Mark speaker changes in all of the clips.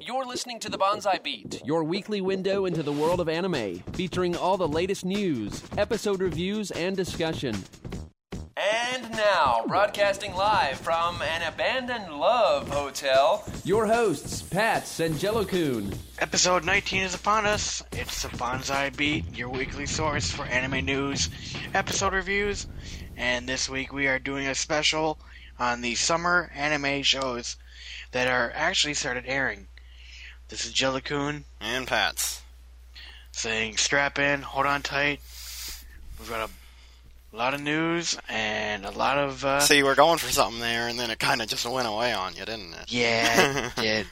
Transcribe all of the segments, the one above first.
Speaker 1: You're listening to The Bonsai Beat, your weekly window into the world of anime, featuring all the latest news, episode reviews, and discussion. And now, broadcasting live from an abandoned love hotel, your hosts, Pat Sangelocoon.
Speaker 2: Episode 19 is upon us. It's the Bonsai Beat, your weekly source for anime news, episode reviews, and this week we are doing a special on the summer anime shows that are actually started airing. This is Jellicoon
Speaker 3: And Pats.
Speaker 2: saying strap in, hold on tight. We've got a lot of news and a lot of. Uh,
Speaker 3: So you were going for something there, and then it kind of just went away on you, didn't it?
Speaker 2: yeah, it did.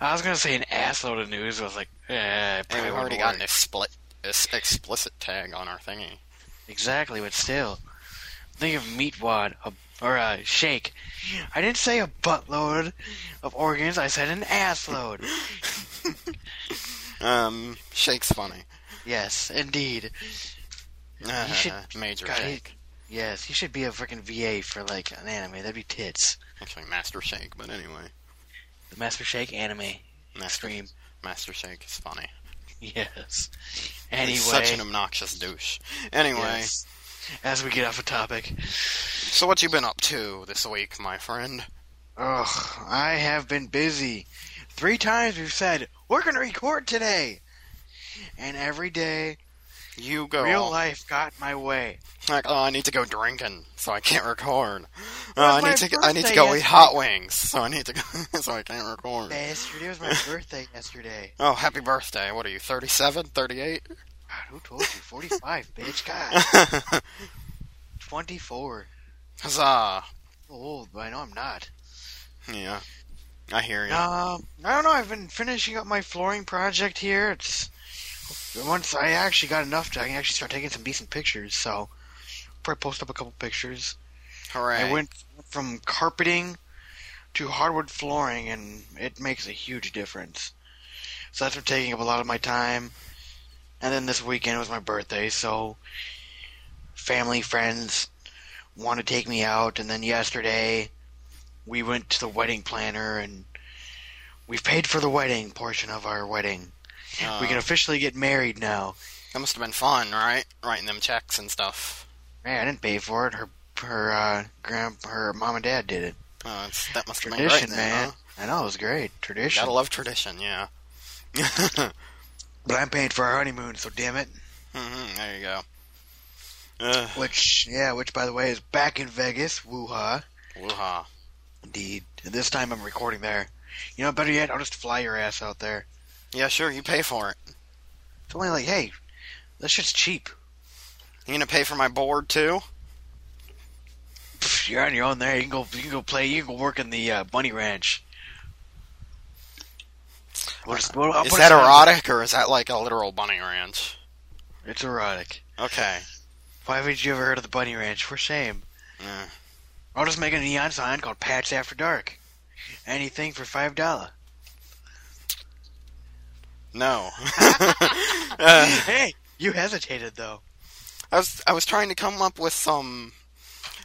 Speaker 2: I was going to say an assload of news. I was like, eh, it
Speaker 3: And
Speaker 2: probably
Speaker 3: we've already
Speaker 2: wouldn't
Speaker 3: got
Speaker 2: work.
Speaker 3: an expli- ex- explicit tag on our thingy.
Speaker 2: Exactly, but still. Think of meat wad, a, or a shake. I didn't say a buttload of organs, I said an assload.
Speaker 3: Um, shake's funny.
Speaker 2: yes, indeed.
Speaker 3: Uh,
Speaker 2: should-
Speaker 3: Major
Speaker 2: God, he-
Speaker 3: shake.
Speaker 2: yes, he should be a freaking VA for, like, an anime. That'd be tits.
Speaker 3: Actually, master shake, but anyway.
Speaker 2: The Master Shake anime.
Speaker 3: Master,
Speaker 2: Stream.
Speaker 3: master shake is funny.
Speaker 2: Yes. Anyway.
Speaker 3: He's such an obnoxious douche. Anyway,
Speaker 2: yes. As we get off a topic.
Speaker 3: so what you been up to this week, my friend?
Speaker 2: Ugh, I have been busy. Three times we've said, we're gonna record today! And every day,
Speaker 3: You go.
Speaker 2: Real life got my way.
Speaker 3: Like, oh, I need to go drinking, so I can't record.
Speaker 2: was
Speaker 3: Oh, I
Speaker 2: my
Speaker 3: need to. g- I need to
Speaker 2: birthday
Speaker 3: go eat
Speaker 2: yesterday.
Speaker 3: hot wings, so I need to. Go, so I can't record.
Speaker 2: Yesterday was my birthday yesterday.
Speaker 3: Oh, happy birthday. What are you, 37, 38?
Speaker 2: God, who told you? 45, bitch. God, 24.
Speaker 3: Huzzah.
Speaker 2: I'm Old, but I know I'm not.
Speaker 3: Yeah. I hear you.
Speaker 2: Um, I don't know. I've been finishing up my flooring project here. It's once I actually got enough to I can actually start taking some decent pictures. So, probably post up a couple pictures.
Speaker 3: Hooray.
Speaker 2: I went from carpeting to hardwood flooring, and it makes a huge difference. So that's been taking up a lot of my time. And then this weekend was my birthday, so family, friends want to take me out. And then yesterday, we went to the wedding planner, and we paid for the wedding portion of our wedding.
Speaker 3: Uh,
Speaker 2: we can officially get married now.
Speaker 3: That must have been fun, right? Writing them checks and stuff.
Speaker 2: Hey, I didn't pay for it. Her, her, uh, grand, her mom and dad did it.
Speaker 3: Oh, it's, that must have been great,
Speaker 2: Tradition,
Speaker 3: then,
Speaker 2: man.
Speaker 3: huh?
Speaker 2: I know it was great tradition.
Speaker 3: Gotta love tradition, yeah. Mm-hmm,
Speaker 2: But I'm paying for our honeymoon, so damn it.
Speaker 3: hmm there you go. Uh,
Speaker 2: Which, yeah, which by the way is back in Vegas. Woo-ha.
Speaker 3: woo-ha.
Speaker 2: Indeed. And this time I'm recording there. You know, better yet, I'll just fly your ass out there.
Speaker 3: Yeah, sure, you pay for it.
Speaker 2: It's only like, hey, this shit's cheap.
Speaker 3: You gonna pay for my board, too?
Speaker 2: Pff, you're on your own there. You can go. You can go play. You can go work in the uh, bunny ranch. We'll just- we'll- I'll
Speaker 3: is
Speaker 2: put
Speaker 3: that
Speaker 2: us on-
Speaker 3: erotic, or is that like a literal bunny ranch?
Speaker 2: It's erotic.
Speaker 3: Okay.
Speaker 2: Why haven't you ever heard of the bunny ranch? For shame.
Speaker 3: Yeah.
Speaker 2: I'll just make a neon sign called Patch After Dark. Anything for five dollar.
Speaker 3: No. Uh,
Speaker 2: Hey, you hesitated though.
Speaker 3: I was I was trying to come up with some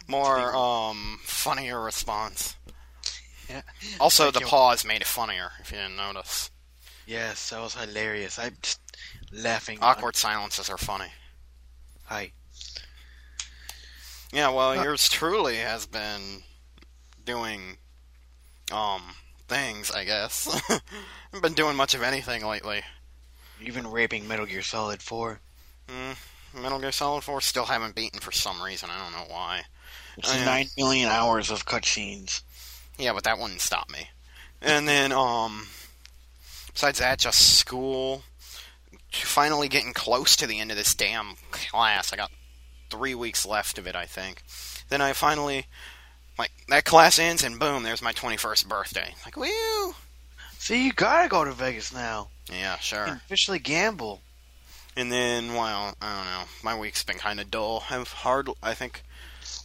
Speaker 3: more um funnier response.
Speaker 2: Yeah.
Speaker 3: Also,
Speaker 2: Like
Speaker 3: the
Speaker 2: you-
Speaker 3: pause made it funnier. If you didn't notice,
Speaker 2: Yes, that was hilarious. I'm just laughing.
Speaker 3: awkward silences are funny.
Speaker 2: Hi.
Speaker 3: Yeah, well,
Speaker 2: Uh,
Speaker 3: yours truly has been doing um things, I guess. I haven't been doing much of anything lately.
Speaker 2: You've been raping Metal Gear Solid 4.
Speaker 3: Mm, Metal Gear Solid 4 still haven't beaten for some reason. I don't know why.
Speaker 2: It's
Speaker 3: I am.
Speaker 2: 9 million hours of cutscenes.
Speaker 3: Yeah, but that wouldn't stop me. And then, um, besides that, just school. Finally getting close to the end of this damn class. I got three weeks left of it, I think. Then I finally, like, that class ends, and boom, there's my 21st birthday. Like, woo!
Speaker 2: See, you gotta go to Vegas now.
Speaker 3: Yeah,
Speaker 2: You
Speaker 3: sure.
Speaker 2: can officially gamble.
Speaker 3: And then, well, I don't know. My week's been kind of dull. I've hard, I think.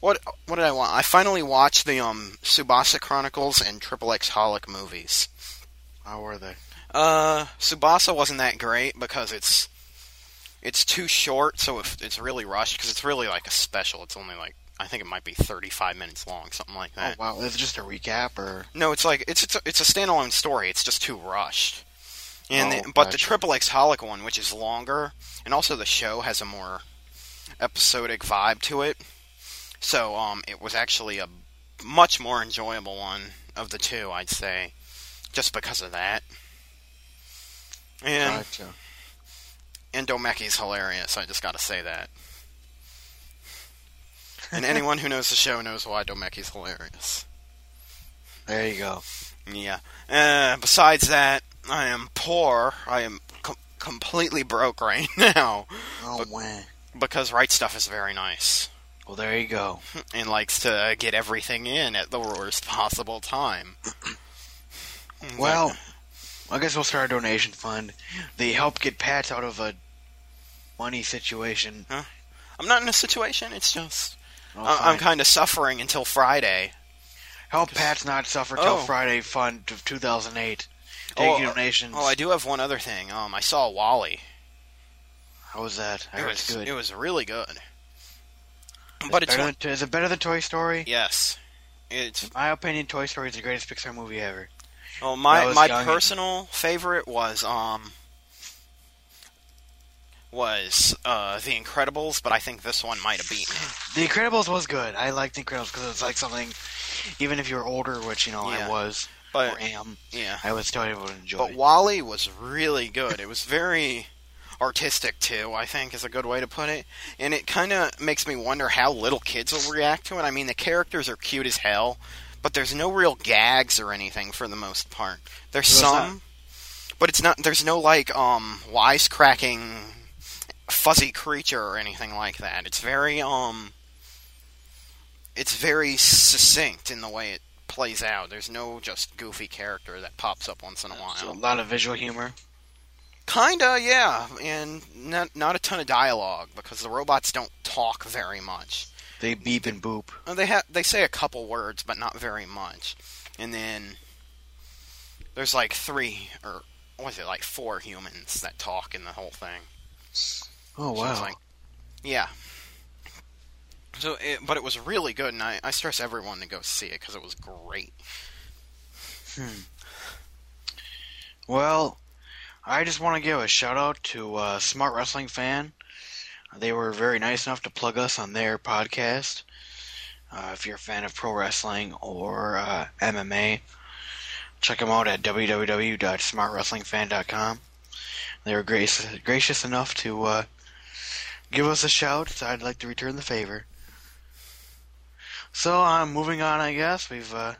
Speaker 3: What what did I want? I finally watched the um Subasa Chronicles and Triple X Holic movies.
Speaker 2: How were they?
Speaker 3: Uh, Subasa wasn't that great because it's it's too short, so if it's really rushed because it's really like a special. It's only like I think it might be 35 minutes long, something like
Speaker 2: Oh
Speaker 3: that.
Speaker 2: wow, is it just a recap or?
Speaker 3: No, it's like it's it's a, it's a standalone story. It's just too rushed. And
Speaker 2: Oh,
Speaker 3: the, but the
Speaker 2: gotcha.
Speaker 3: Triple X Holic one, which is longer, and also the show has a more episodic vibe to it. So um, it was actually a much more enjoyable one of the two, I'd say, just because of that. And
Speaker 2: Gotcha.
Speaker 3: and Domeki's hilarious. I just got to say that. And anyone who knows the show knows why Domeki's hilarious.
Speaker 2: There you go.
Speaker 3: Yeah. Uh, besides that, I am poor. I am com- completely broke right now
Speaker 2: Oh man.
Speaker 3: because Right Stuff is very nice
Speaker 2: Well, there you go.
Speaker 3: and likes to get everything in at the worst possible time.
Speaker 2: Well, I guess we'll start a donation fund. They help get Pat out of a money situation.
Speaker 3: I'm not in a situation. It's just
Speaker 2: Oh,
Speaker 3: I-
Speaker 2: fine.
Speaker 3: I'm kind of suffering until Friday.
Speaker 2: Help Pat's not suffer till
Speaker 3: Oh.
Speaker 2: Friday fund of 2008. Taking
Speaker 3: Oh,
Speaker 2: donations.
Speaker 3: Oh, I do have one other thing. Um, I saw Wally.
Speaker 2: How was that? I
Speaker 3: It
Speaker 2: heard
Speaker 3: was
Speaker 2: it's good.
Speaker 3: it was really good. But it's
Speaker 2: better
Speaker 3: one-
Speaker 2: than, is it better than Toy Story?
Speaker 3: yes, it's
Speaker 2: My opinion, Toy Story is the greatest Pixar movie ever.
Speaker 3: Well,
Speaker 2: When I
Speaker 3: Oh, my
Speaker 2: was
Speaker 3: my
Speaker 2: young.
Speaker 3: personal favorite was um was uh The Incredibles, but I think this one might have beaten it.
Speaker 2: The Incredibles was good. I liked The Incredibles because it's like something, even if you're older, which you know
Speaker 3: Yeah.
Speaker 2: I was
Speaker 3: But
Speaker 2: or am,
Speaker 3: yeah,
Speaker 2: I was still able to enjoy.
Speaker 3: but Wally was really good. It was very artistic too. I think is a good way to put it, and it kind of makes me wonder how little kids will react to it. I mean, the characters are cute as hell, but there's no real gags or anything for the most part. There's
Speaker 2: Well, it's
Speaker 3: some, but it's not. There's no like um wisecracking fuzzy creature or anything like that. It's very um it's very succinct in the way it plays out. There's no just goofy character that pops up once in a while.
Speaker 2: So, a lot of visual humor.
Speaker 3: Kinda, yeah, and not not a ton of dialogue because the robots don't talk very much.
Speaker 2: They beep and boop.
Speaker 3: Uh, They ha- they say a couple words, but not very much. And then there's like three or what was it like four humans that talk in the whole thing.
Speaker 2: Oh
Speaker 3: So
Speaker 2: wow!
Speaker 3: it's like- yeah. So, it, but it was really good, and I, I stress everyone to go see it because it was great.
Speaker 2: Well, I just want to give a shout out to uh, Smart Wrestling Fan. They were very nice enough to plug us on their podcast. Uh, if you're a fan of pro wrestling or uh, MMA, check them out at www.smartwrestlingfan.com. They were gracious, gracious enough to uh, give us a shout, so I'd like to return the favor. So I'm moving on, I guess. We've uh,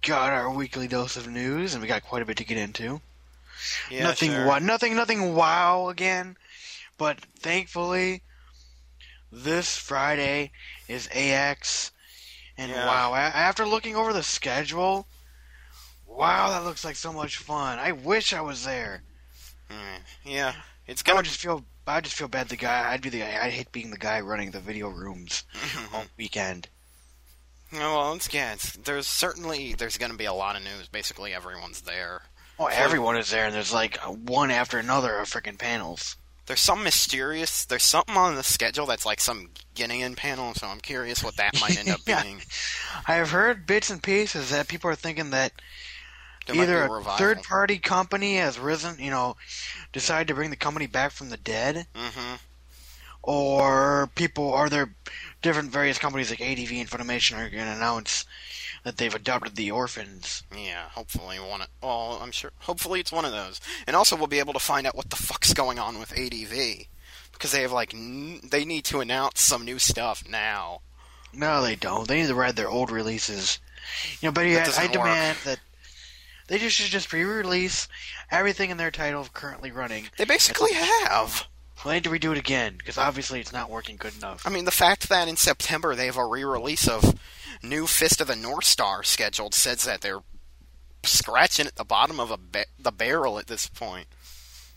Speaker 2: got our weekly dose of news, and we got quite a bit to get into
Speaker 3: Yeah,
Speaker 2: nothing
Speaker 3: sure.
Speaker 2: wow, nothing nothing wow again. But thankfully this Friday is AX and
Speaker 3: Yeah.
Speaker 2: wow, a- after looking over the schedule, wow, that looks like so much fun. I wish I was there.
Speaker 3: Mm, Yeah, it's
Speaker 2: I
Speaker 3: gonna.
Speaker 2: would just feel I just feel bad the guy I'd be the I hate being the guy running the video rooms on weekend.
Speaker 3: Oh, well, it's yeah. It's, there's certainly there's gonna be a lot of news. Basically, everyone's there.
Speaker 2: Oh, everyone is there and there's like uh, one after another of freaking panels.
Speaker 3: There's some mysterious. There's something on the schedule that's like some Guinean panel, so I'm curious what that might end up
Speaker 2: Yeah.
Speaker 3: being.
Speaker 2: I have heard bits and pieces that people are thinking that
Speaker 3: There might
Speaker 2: either
Speaker 3: be a
Speaker 2: a
Speaker 3: revival.
Speaker 2: third party company has risen, you know, decided to bring the company back from the dead,
Speaker 3: hmm
Speaker 2: or people are there different various companies like ADV and Funimation are going to announce that they've adopted the orphans.
Speaker 3: Yeah, hopefully one. Of, well, I'm sure. Hopefully it's one of those. And also, we'll be able to find out what the fuck's going on with ADV because they have like n- they need to announce some new stuff now.
Speaker 2: No, they don't. They need to ride their old releases. You know, but
Speaker 3: That
Speaker 2: yeah,
Speaker 3: doesn't
Speaker 2: I
Speaker 3: work.
Speaker 2: demand that they just should just re-release everything in their title currently running.
Speaker 3: They basically have.
Speaker 2: Well, they need to redo it again because obviously it's not working good enough.
Speaker 3: I mean, the fact that in September they have a re-release of new Fist of the North Star scheduled says that they're scratching at the bottom of a ba- the barrel at this point.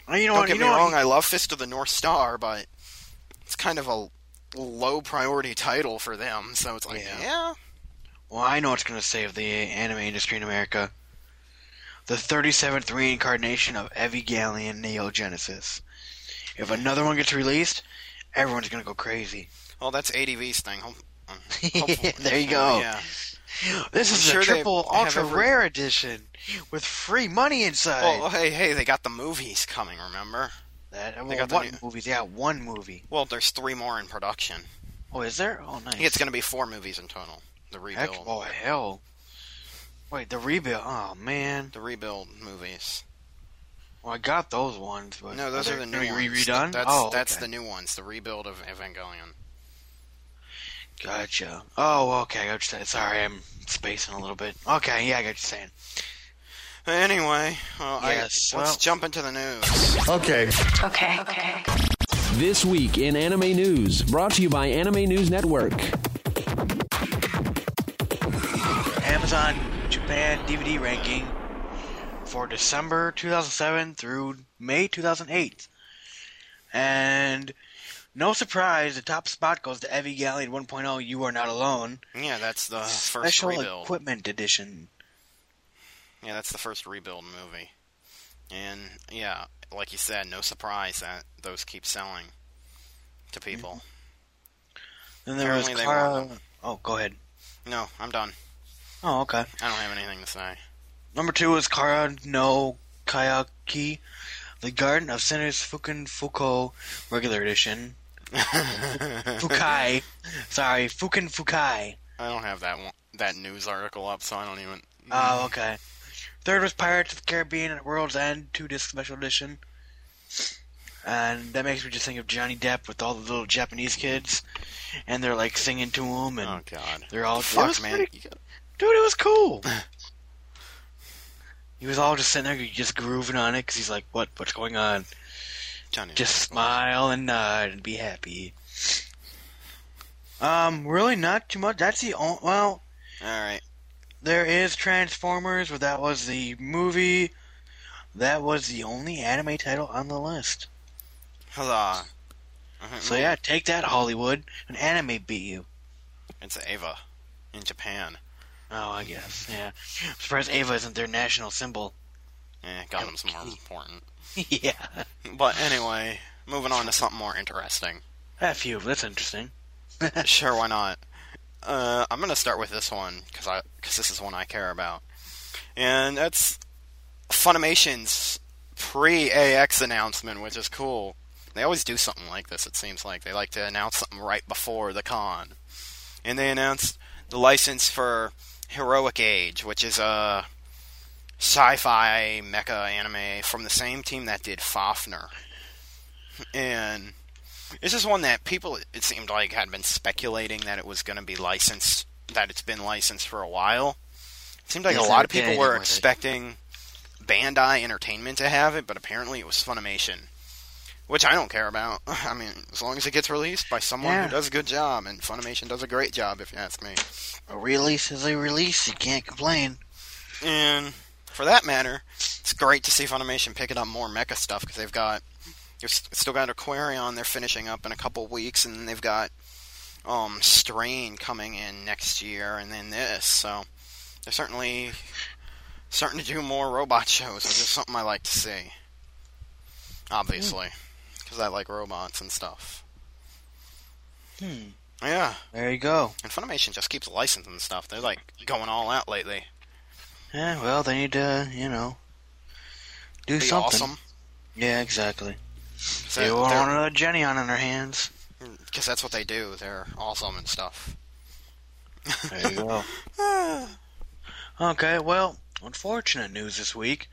Speaker 2: you know
Speaker 3: Don't
Speaker 2: what?
Speaker 3: get
Speaker 2: you
Speaker 3: me
Speaker 2: know what?
Speaker 3: wrong, I love Fist of the North Star, but it's kind of a low priority title for them, so it's like,
Speaker 2: Yeah.
Speaker 3: yeah
Speaker 2: Well, I know it's going to save the anime industry in America. The 37th reincarnation of Evangelion Neo Genesis. If another one gets released, everyone's going to go crazy.
Speaker 3: Well, that's ADV's thing. He'll- one. Hopefully-
Speaker 2: There you go.
Speaker 3: Oh, Yeah.
Speaker 2: This is
Speaker 3: sure
Speaker 2: a
Speaker 3: they
Speaker 2: triple
Speaker 3: have
Speaker 2: ultra
Speaker 3: every-
Speaker 2: rare edition with free money inside.
Speaker 3: Well, hey, hey, they got the movies coming. Remember?
Speaker 2: that, well,
Speaker 3: they got the
Speaker 2: one
Speaker 3: new-
Speaker 2: movie. Yeah, one movie.
Speaker 3: Well, there's three more in production.
Speaker 2: Oh, is there? Oh, nice.
Speaker 3: I think it's going to be four movies in total. The
Speaker 2: Heck,
Speaker 3: rebuild,
Speaker 2: oh hell! Wait, the rebuild. Oh man.
Speaker 3: the rebuild movies.
Speaker 2: Well, I got those ones, but
Speaker 3: No, those are,
Speaker 2: they-
Speaker 3: the new
Speaker 2: they
Speaker 3: ones.
Speaker 2: redone.
Speaker 3: That's
Speaker 2: oh,
Speaker 3: that's
Speaker 2: okay.
Speaker 3: the new ones. The rebuild of Evangelion.
Speaker 2: Gotcha. Oh, okay. I got what you're saying. Sorry, I'm spacing a little bit. Okay, yeah, I got you saying.
Speaker 3: Anyway, well,
Speaker 2: Yes,
Speaker 3: I, let's
Speaker 2: well-
Speaker 3: jump into the news.
Speaker 4: Okay.
Speaker 5: Okay. Okay.
Speaker 1: This week in anime news, brought to you by Anime News Network.
Speaker 2: Amazon Japan DVD ranking for December 2007 through May 2008. And no surprise, the top spot goes to Evangelion 1.0 oh, You Are Not Alone.
Speaker 3: Yeah, that's the first
Speaker 2: Special
Speaker 3: rebuild.
Speaker 2: Equipment Edition.
Speaker 3: Yeah, that's the first rebuild movie. And yeah, like you said, no surprise that those keep selling to people.
Speaker 2: Then there was
Speaker 3: Apparently they
Speaker 2: Clara.
Speaker 3: want
Speaker 2: Oh, go ahead.
Speaker 3: No, I'm done.
Speaker 2: Oh, okay.
Speaker 3: I don't have anything to say.
Speaker 2: Number two is Kara no Kayaki, The Garden of Sinners Fuken Fuko Regular Edition. Fukai. Sorry, Fuken Fukai.
Speaker 3: I don't have that one, that news article up, so I don't even.
Speaker 2: Oh, okay. Third was Pirates of the Caribbean at World's End, two disc special edition. And that makes me just think of Johnny Depp with all the little Japanese kids, and they're like singing to him, and
Speaker 3: Oh God.
Speaker 2: they're all it was
Speaker 3: Fuck, man.
Speaker 2: pretty-
Speaker 3: You got-
Speaker 2: dude, it was cool. he was all just sitting there, just grooving on it, because he's like, "What? What's going on?"
Speaker 3: Johnny,
Speaker 2: Just smile and nod and be happy. Um, really not too much. That's the only. Well,
Speaker 3: All right.
Speaker 2: there is Transformers, but that was the movie. That was the only anime title on the list.
Speaker 3: Huzzah. Uh-huh.
Speaker 2: So yeah, take that Hollywood. An anime beat you.
Speaker 3: It's Ava in Japan.
Speaker 2: Oh, I guess. Yeah. I'm surprised Ava isn't their national symbol.
Speaker 3: Eh, Gundam's more important.
Speaker 2: yeah.
Speaker 3: But anyway, moving on to something more interesting.
Speaker 2: F you. That's interesting.
Speaker 3: sure, why not? Uh, I'm gonna start with this one because I because this is one I care about, and that's Funimation's pre-AX announcement, which is cool. They always do something like this. It seems like they like to announce something right before the con, and they announced the license for Heroic Age, which is a sci-fi mecha anime from the same team that did Fafner, and this is one that people, it seemed like, had been speculating that it was going to be licensed, that it's been licensed for a while. It seemed like
Speaker 2: Yes,
Speaker 3: a
Speaker 2: they
Speaker 3: lot of
Speaker 2: did
Speaker 3: people were
Speaker 2: with it.
Speaker 3: expecting Bandai Entertainment to have it, but apparently it was Funimation, which I don't care about. I mean, as long as it gets released by someone
Speaker 2: Yeah.
Speaker 3: who does a good job, and Funimation does a great job, if you ask me.
Speaker 2: A release is a release. You can't complain.
Speaker 3: And for that matter, it's great to see Funimation picking up more mecha stuff because they've got they've s- still got Aquarion they're finishing up in a couple weeks, and then they've got um Strain coming in next year, and then this. So they're certainly starting to do more robot shows, which is something I like to see. Obviously, because I like robots and stuff. Hmm. Yeah,
Speaker 2: There you go.
Speaker 3: and Funimation just keeps licensing stuff. They're like going all out lately.
Speaker 2: Yeah. Well, they need to, you know, do
Speaker 3: Be
Speaker 2: something.
Speaker 3: awesome.
Speaker 2: Yeah. Exactly.
Speaker 3: So
Speaker 2: They want
Speaker 3: they're-
Speaker 2: another Jenny on in their hands.
Speaker 3: because that's what they do. They're awesome and stuff.
Speaker 2: There you go. okay, well, unfortunate news this week.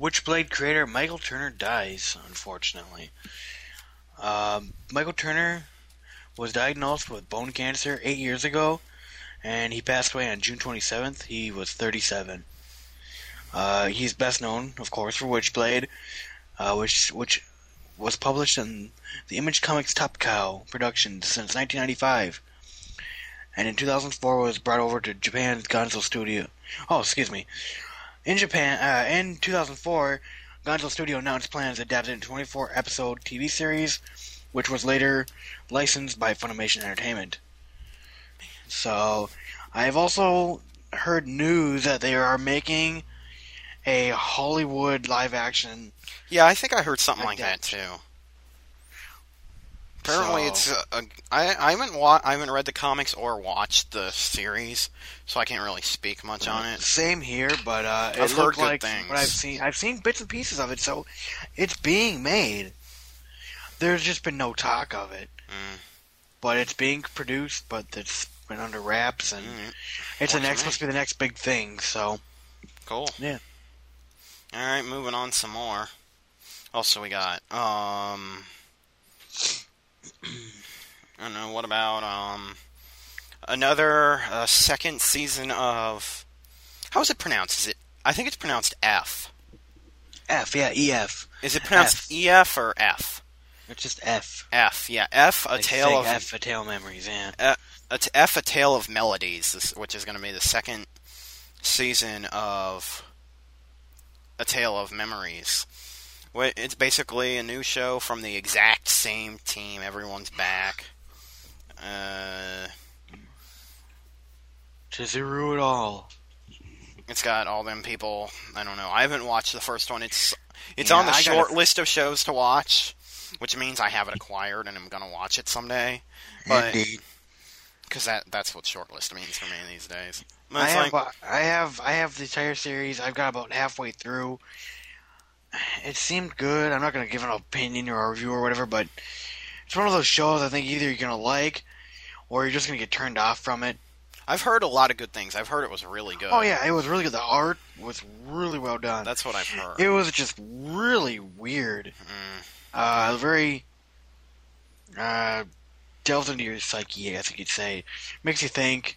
Speaker 2: Witchblade creator Michael Turner dies, unfortunately. Um, Michael Turner was diagnosed with bone cancer eight years ago, and he passed away on June 27th. He was 37. Uh, he's best known, of course, for Witchblade, uh, which which was published in the Image Comics Top Cow Productions since 1995 and in 2004 was brought over to Japan's Gonzo Studio. Oh, excuse me. In Japan, uh, in 2004, Gonzo Studio announced plans to adapt it into a 24-episode TV series, which was later licensed by Funimation Entertainment. So, I have also heard news that they are making a Hollywood live-action.
Speaker 3: Yeah, I think I heard something like that
Speaker 2: Like
Speaker 3: too. Apparently,
Speaker 2: So-
Speaker 3: it's a, a, I, I haven't wa- I haven't read the comics or watched the series, so I can't really speak much on it.
Speaker 2: Same here, but uh, it
Speaker 3: I've heard
Speaker 2: looked
Speaker 3: good
Speaker 2: like
Speaker 3: things.
Speaker 2: what I've seen. I've seen bits and pieces of it, so it's being made. There's just been no talk of it,
Speaker 3: Mm.
Speaker 2: but it's being produced, but it's been under wraps, and
Speaker 3: Mm,
Speaker 2: it's the
Speaker 3: Works for
Speaker 2: next
Speaker 3: me.
Speaker 2: supposed to be the next big thing. So
Speaker 3: Cool.
Speaker 2: Yeah.
Speaker 3: All right, moving on some more. Also, we got um, I don't know what about um, another uh, second season of how is it pronounced? Is it? I think it's pronounced F.
Speaker 2: F, yeah, EF.
Speaker 3: Is it pronounced EF or F?
Speaker 2: It's just F.
Speaker 3: F, yeah, F. A
Speaker 2: Like
Speaker 3: tale
Speaker 2: Sig
Speaker 3: of
Speaker 2: F, a tale of memories. Yeah,
Speaker 3: a t- F a Tale of Melodies, this, which is going to be the second season of A Tale of Memories. Wh- It's basically a new show from the exact same team. Everyone's back. Uh,
Speaker 2: to zero it all.
Speaker 3: it's got all them people. I don't know. I haven't watched the first one. It's it's
Speaker 2: Yeah,
Speaker 3: on the
Speaker 2: I gotta-
Speaker 3: short list of shows to watch, which means I have it acquired and I'm gonna watch it someday. But because that that's what short list means for me these days. But
Speaker 2: I
Speaker 3: it's
Speaker 2: have,
Speaker 3: like-
Speaker 2: uh, I have, I have the entire series. I've got about halfway through. It seemed good. I'm not gonna give an opinion or a review or whatever, but it's one of those shows. I think either you're gonna like, or you're just gonna get turned off from it.
Speaker 3: I've heard a lot of good things. I've heard it was really good.
Speaker 2: Oh yeah, it was really good. The art was really well done.
Speaker 3: that's what I've heard.
Speaker 2: It was just really weird.
Speaker 3: Mm.
Speaker 2: Uh, very uh, delves into your psyche, I guess you could say. Makes you think.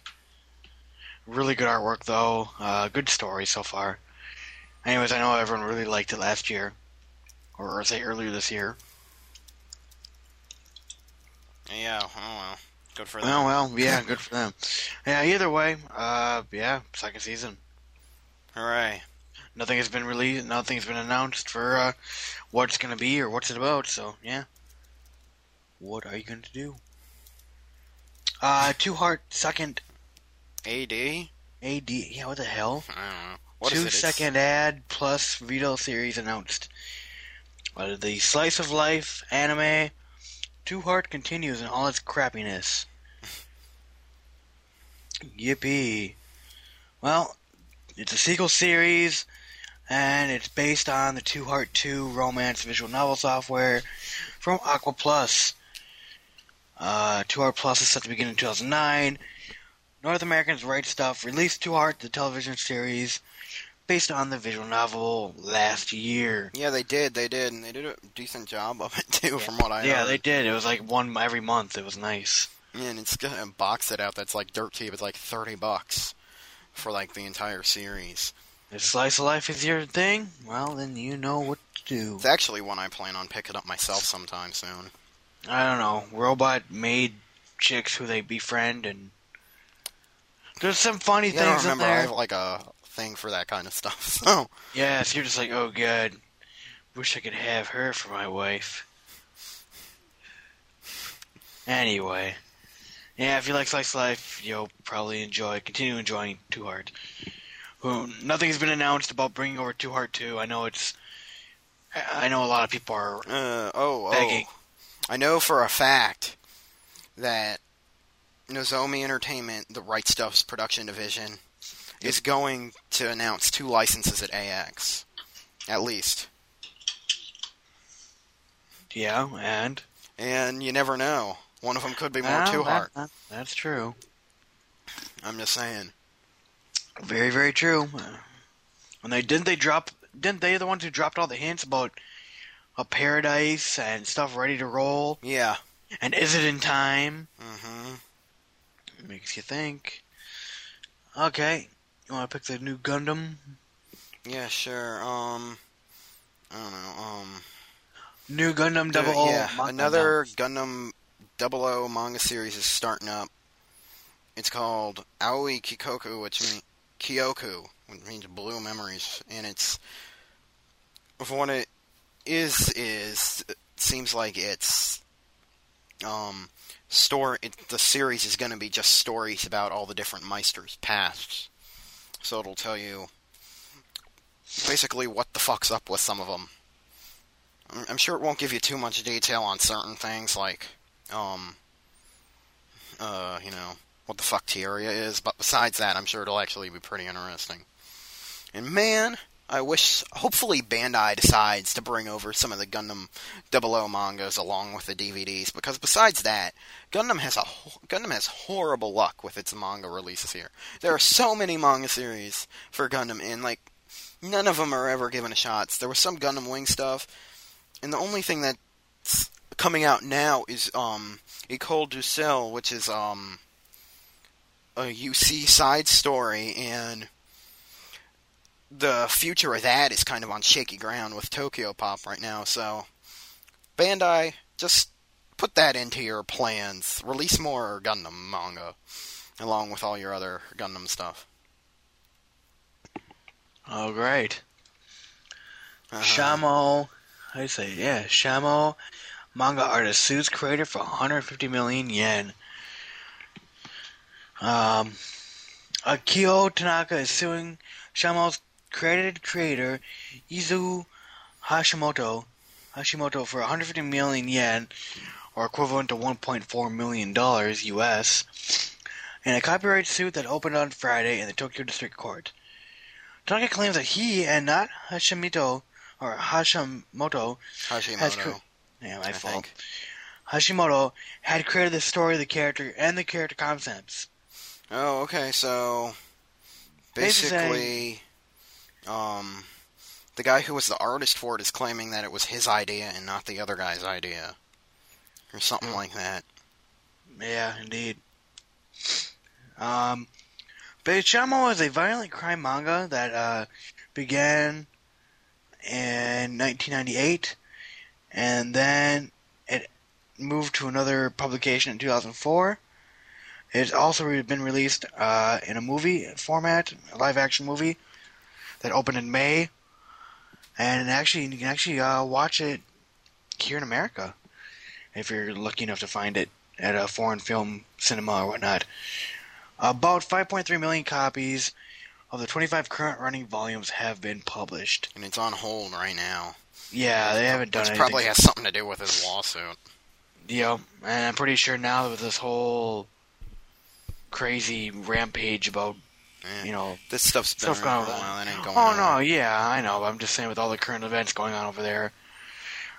Speaker 2: Really good artwork, though. Uh, good story so far. Anyways, I know everyone really liked it last year, or, or say earlier this year.
Speaker 3: Yeah. Oh well. Good for them.
Speaker 2: Oh well, yeah, good for them. Yeah, either way, uh, yeah, second season.
Speaker 3: Hooray!
Speaker 2: Nothing has been released. Nothing's been announced for uh, what it's gonna be or what's it about. So yeah, what are you gonna do? Uh, two heart second
Speaker 3: AD. I
Speaker 2: AD. Yeah, what the hell?
Speaker 3: don't know. What
Speaker 2: Two
Speaker 3: is
Speaker 2: second
Speaker 3: it? It's-
Speaker 2: ad plus Vito series announced. Uh, the slice of life anime. Two Heart continues in all its crappiness. Yippee! Well, it's a sequel series, and it's based on the Two Heart Two romance visual novel software from Aqua Plus. Uh, Two Heart Plus is set to begin in 2009. North Americans Write Stuff released Two Heart, the television series, based on the visual novel last year.
Speaker 3: Yeah, they did. They did, and they did a decent job of it too, Oh, from what I
Speaker 2: yeah, they
Speaker 3: heard.
Speaker 2: did. It was like one every month. It was nice.
Speaker 3: Yeah, and it's gonna box it out. That's like dirt cheap. It's like thirty bucks for like the entire series.
Speaker 2: If slice of life is your thing, well, then you know what to do.
Speaker 3: It's actually one I plan on picking up myself sometime soon.
Speaker 2: I don't know. Robot made chicks who they befriend, and there's some funny
Speaker 3: Yeah, I don't
Speaker 2: things in
Speaker 3: remember. I
Speaker 2: there.
Speaker 3: have like a thing for that kind of stuff. So
Speaker 2: Yes, you're just like, oh god, wish I could have her for my wife. Anyway, yeah, if you like Slice Life, you'll probably enjoy, continue enjoying Two Heart. Who nothing has been announced about bringing over Two Heart Two. I know it's, I I know a lot of people are
Speaker 3: Uh, oh, oh.
Speaker 2: Begging.
Speaker 3: I know for a fact that Nozomi Entertainment, the Right Stuff's production division, is going to announce two licenses at AX. At least.
Speaker 2: yeah, and
Speaker 3: And you never know. One of them could be more
Speaker 2: Well,
Speaker 3: Two
Speaker 2: that-
Speaker 3: Heart.
Speaker 2: that- that's true.
Speaker 3: I'm just saying.
Speaker 2: Very, very true. And they didn't they drop didn't they the ones who dropped all the hints about a paradise and stuff ready to roll
Speaker 3: Yeah.
Speaker 2: and is it in time?
Speaker 3: hmm
Speaker 2: Makes you think. Okay, you want to pick the new Gundam?
Speaker 3: Yeah, sure. Um, I don't know. Um,
Speaker 2: New Gundam Double
Speaker 3: uh,
Speaker 2: O.
Speaker 3: yeah,
Speaker 2: manga.
Speaker 3: another Gundam Double O manga series is starting up. It's called Aoi Kikoku, which means Kyoku, which means blue memories, and it's of what it is is it seems like it's um store it, the series is going to be just stories about all the different meisters pasts. So it'll tell you basically what the fuck's up with some of them. I'm sure it won't give you too much detail on certain things, like um, uh, you know, what the fuck Tierra is. But besides that, I'm sure it'll actually be pretty interesting. And man, I wish. Hopefully, Bandai decides to bring over some of the Gundam 00 mangas along with the DVDs, because besides that, Gundam has a ho- Gundam has horrible luck with its manga releases here. There are so many manga series for Gundam, and like none of them are ever given a shot. There was some Gundam Wing stuff, and the only thing that's coming out now is um Ecole du Ciel, which is um a UC side story, and the future of that is kind of on shaky ground with Tokyo Pop right now. So, Bandai, just put that into your plans. Release more Gundam manga along with all your other Gundam stuff.
Speaker 2: Oh, great.
Speaker 3: Uh-huh.
Speaker 2: Shamo, I say, yeah, Shamo, manga artist sues creator for 150 million yen. Um, Akio Tanaka is suing Shamo's credited creator Izu Hashimoto, Hashimoto for 150 million yen, or equivalent to 1.4 million dollars U.S. In a copyright suit that opened on Friday in the Tokyo District Court. Tanaka claims that he and not Hashimoto or Hashimoto
Speaker 3: Hashimoto.
Speaker 2: cr- yeah, my
Speaker 3: I
Speaker 2: fault.
Speaker 3: think.
Speaker 2: Hashimoto had created the story, the character, and the character concepts.
Speaker 3: Oh, okay. So
Speaker 2: Basically-
Speaker 3: basically, um, the guy who was the artist for it is claiming that it was his idea and not the other guy's idea, or something
Speaker 2: Hmm.
Speaker 3: like that.
Speaker 2: Yeah, indeed. Um, Beichamo is a violent crime manga that uh, began in 1998, and then it moved to another publication in 2004. It's also re- been released uh, in a movie format, a live-action movie that opened in May, and actually you can actually uh, watch it here in America if you're lucky enough to find it at a foreign film cinema or whatnot. About 5.3 million copies of the 25 current running volumes have been published.
Speaker 3: And it's on hold right now.
Speaker 2: Yeah, they haven't done
Speaker 3: Which
Speaker 2: anything.
Speaker 3: probably has something to do with his lawsuit.
Speaker 2: Yep, and I'm pretty sure now with this whole crazy rampage about
Speaker 3: Yeah.
Speaker 2: you know
Speaker 3: This stuff's been
Speaker 2: stuff
Speaker 3: around
Speaker 2: going
Speaker 3: for a while.
Speaker 2: on.
Speaker 3: It ain't going
Speaker 2: Oh
Speaker 3: on.
Speaker 2: no, yeah, I know. but I'm just saying with all the current events going on over there,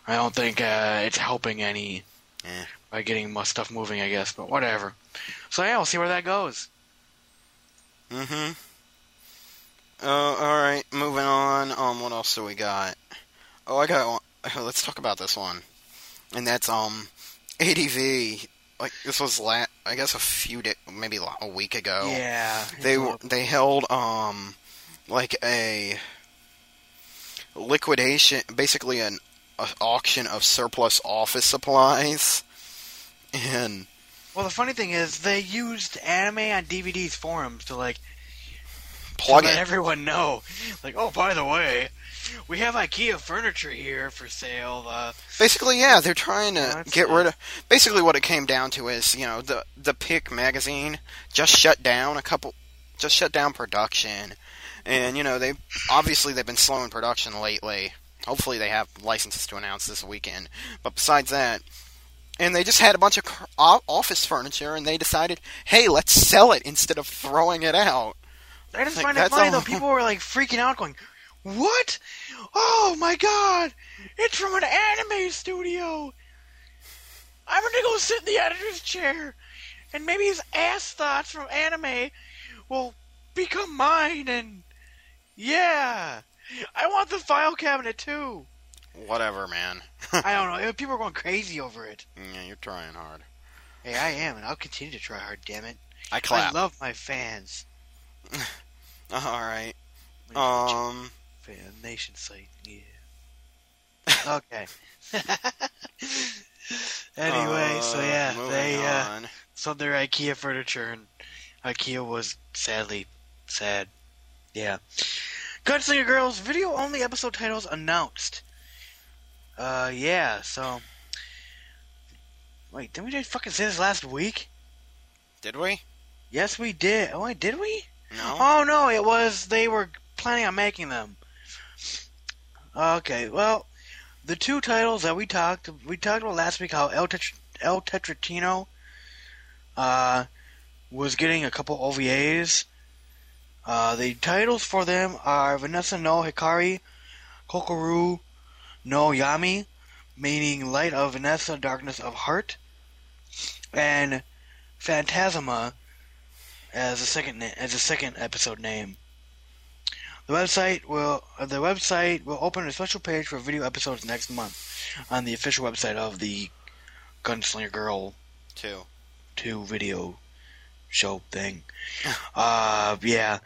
Speaker 2: I don't think uh, it's helping any
Speaker 3: Yeah.
Speaker 2: by getting my stuff moving. I guess, but whatever. So yeah, we'll see where that goes.
Speaker 3: Mm-hmm. Oh, all right. Moving on. Um, what else do we got? Oh, I got one. Let's talk about this one. And that's um, ADV. Like this was la I guess a few days, maybe la- a week ago.
Speaker 2: yeah,
Speaker 3: Oh. They
Speaker 2: it's a-
Speaker 3: were- they held um, like a liquidation, basically an a auction of surplus office supplies, and
Speaker 2: Well, the funny thing is, they used anime on DVDs forums to like
Speaker 3: plug
Speaker 2: let
Speaker 3: it.
Speaker 2: everyone know. Like, oh, by the way, we have IKEA furniture here for sale. Uh,
Speaker 3: Basically, yeah, they're trying to
Speaker 2: Yeah, that's
Speaker 3: get
Speaker 2: good.
Speaker 3: rid of. Basically, what it came down to is, you know, the the Pick magazine just shut down a couple, just shut down production, and you know they obviously they've been slowing production lately. Hopefully, they have licenses to announce this weekend. But besides that, and they just had a bunch of cr- o- office furniture, and they decided, hey, let's sell it instead of throwing it out.
Speaker 2: I just
Speaker 3: Like,
Speaker 2: find it
Speaker 3: that's
Speaker 2: funny
Speaker 3: all-
Speaker 2: though. People were like freaking out, going, "What? Oh my god! It's from an anime studio. I'm gonna go sit in the editor's chair, and maybe his ass thoughts from anime will become mine. And yeah, I want the file cabinet too."
Speaker 3: Whatever, man.
Speaker 2: I don't know. People are going crazy over it.
Speaker 3: Yeah, you're trying hard.
Speaker 2: Hey, I am, and I'll continue to try hard. Damn it!
Speaker 3: I clap.
Speaker 2: I love my fans.
Speaker 3: All right.
Speaker 2: When you go to
Speaker 3: Um.
Speaker 2: fan nation site. Yeah. Okay. anyway, so
Speaker 3: uh,
Speaker 2: yeah,
Speaker 3: moving
Speaker 2: they uh,
Speaker 3: on.
Speaker 2: sold their IKEA furniture, and IKEA was sadly sad. Yeah. Gunslinger Girls video only episode titles announced. Uh, yeah. So. Wait, didn't we just fucking say this last week?
Speaker 3: Did we?
Speaker 2: Yes, we did. Oh, wait, did we?
Speaker 6: Uh-huh.
Speaker 3: No.
Speaker 2: Oh no, it was they were planning on making them. Okay, well, the two titles that we talked we talked about last week how El, Tet-
Speaker 6: El Tetratino uh, was getting a couple OVAs. Uh, the titles for them are Vanessa no Hikari, Kokoru no Yami, meaning Light of Vanessa, Darkness of Heart, and Phantasma as a second na- as a second episode name. The website will uh, the website will open a special page for video episodes next month on the official website of the Gunslinger Girl
Speaker 3: too.
Speaker 6: two video show thing. uh, yeah.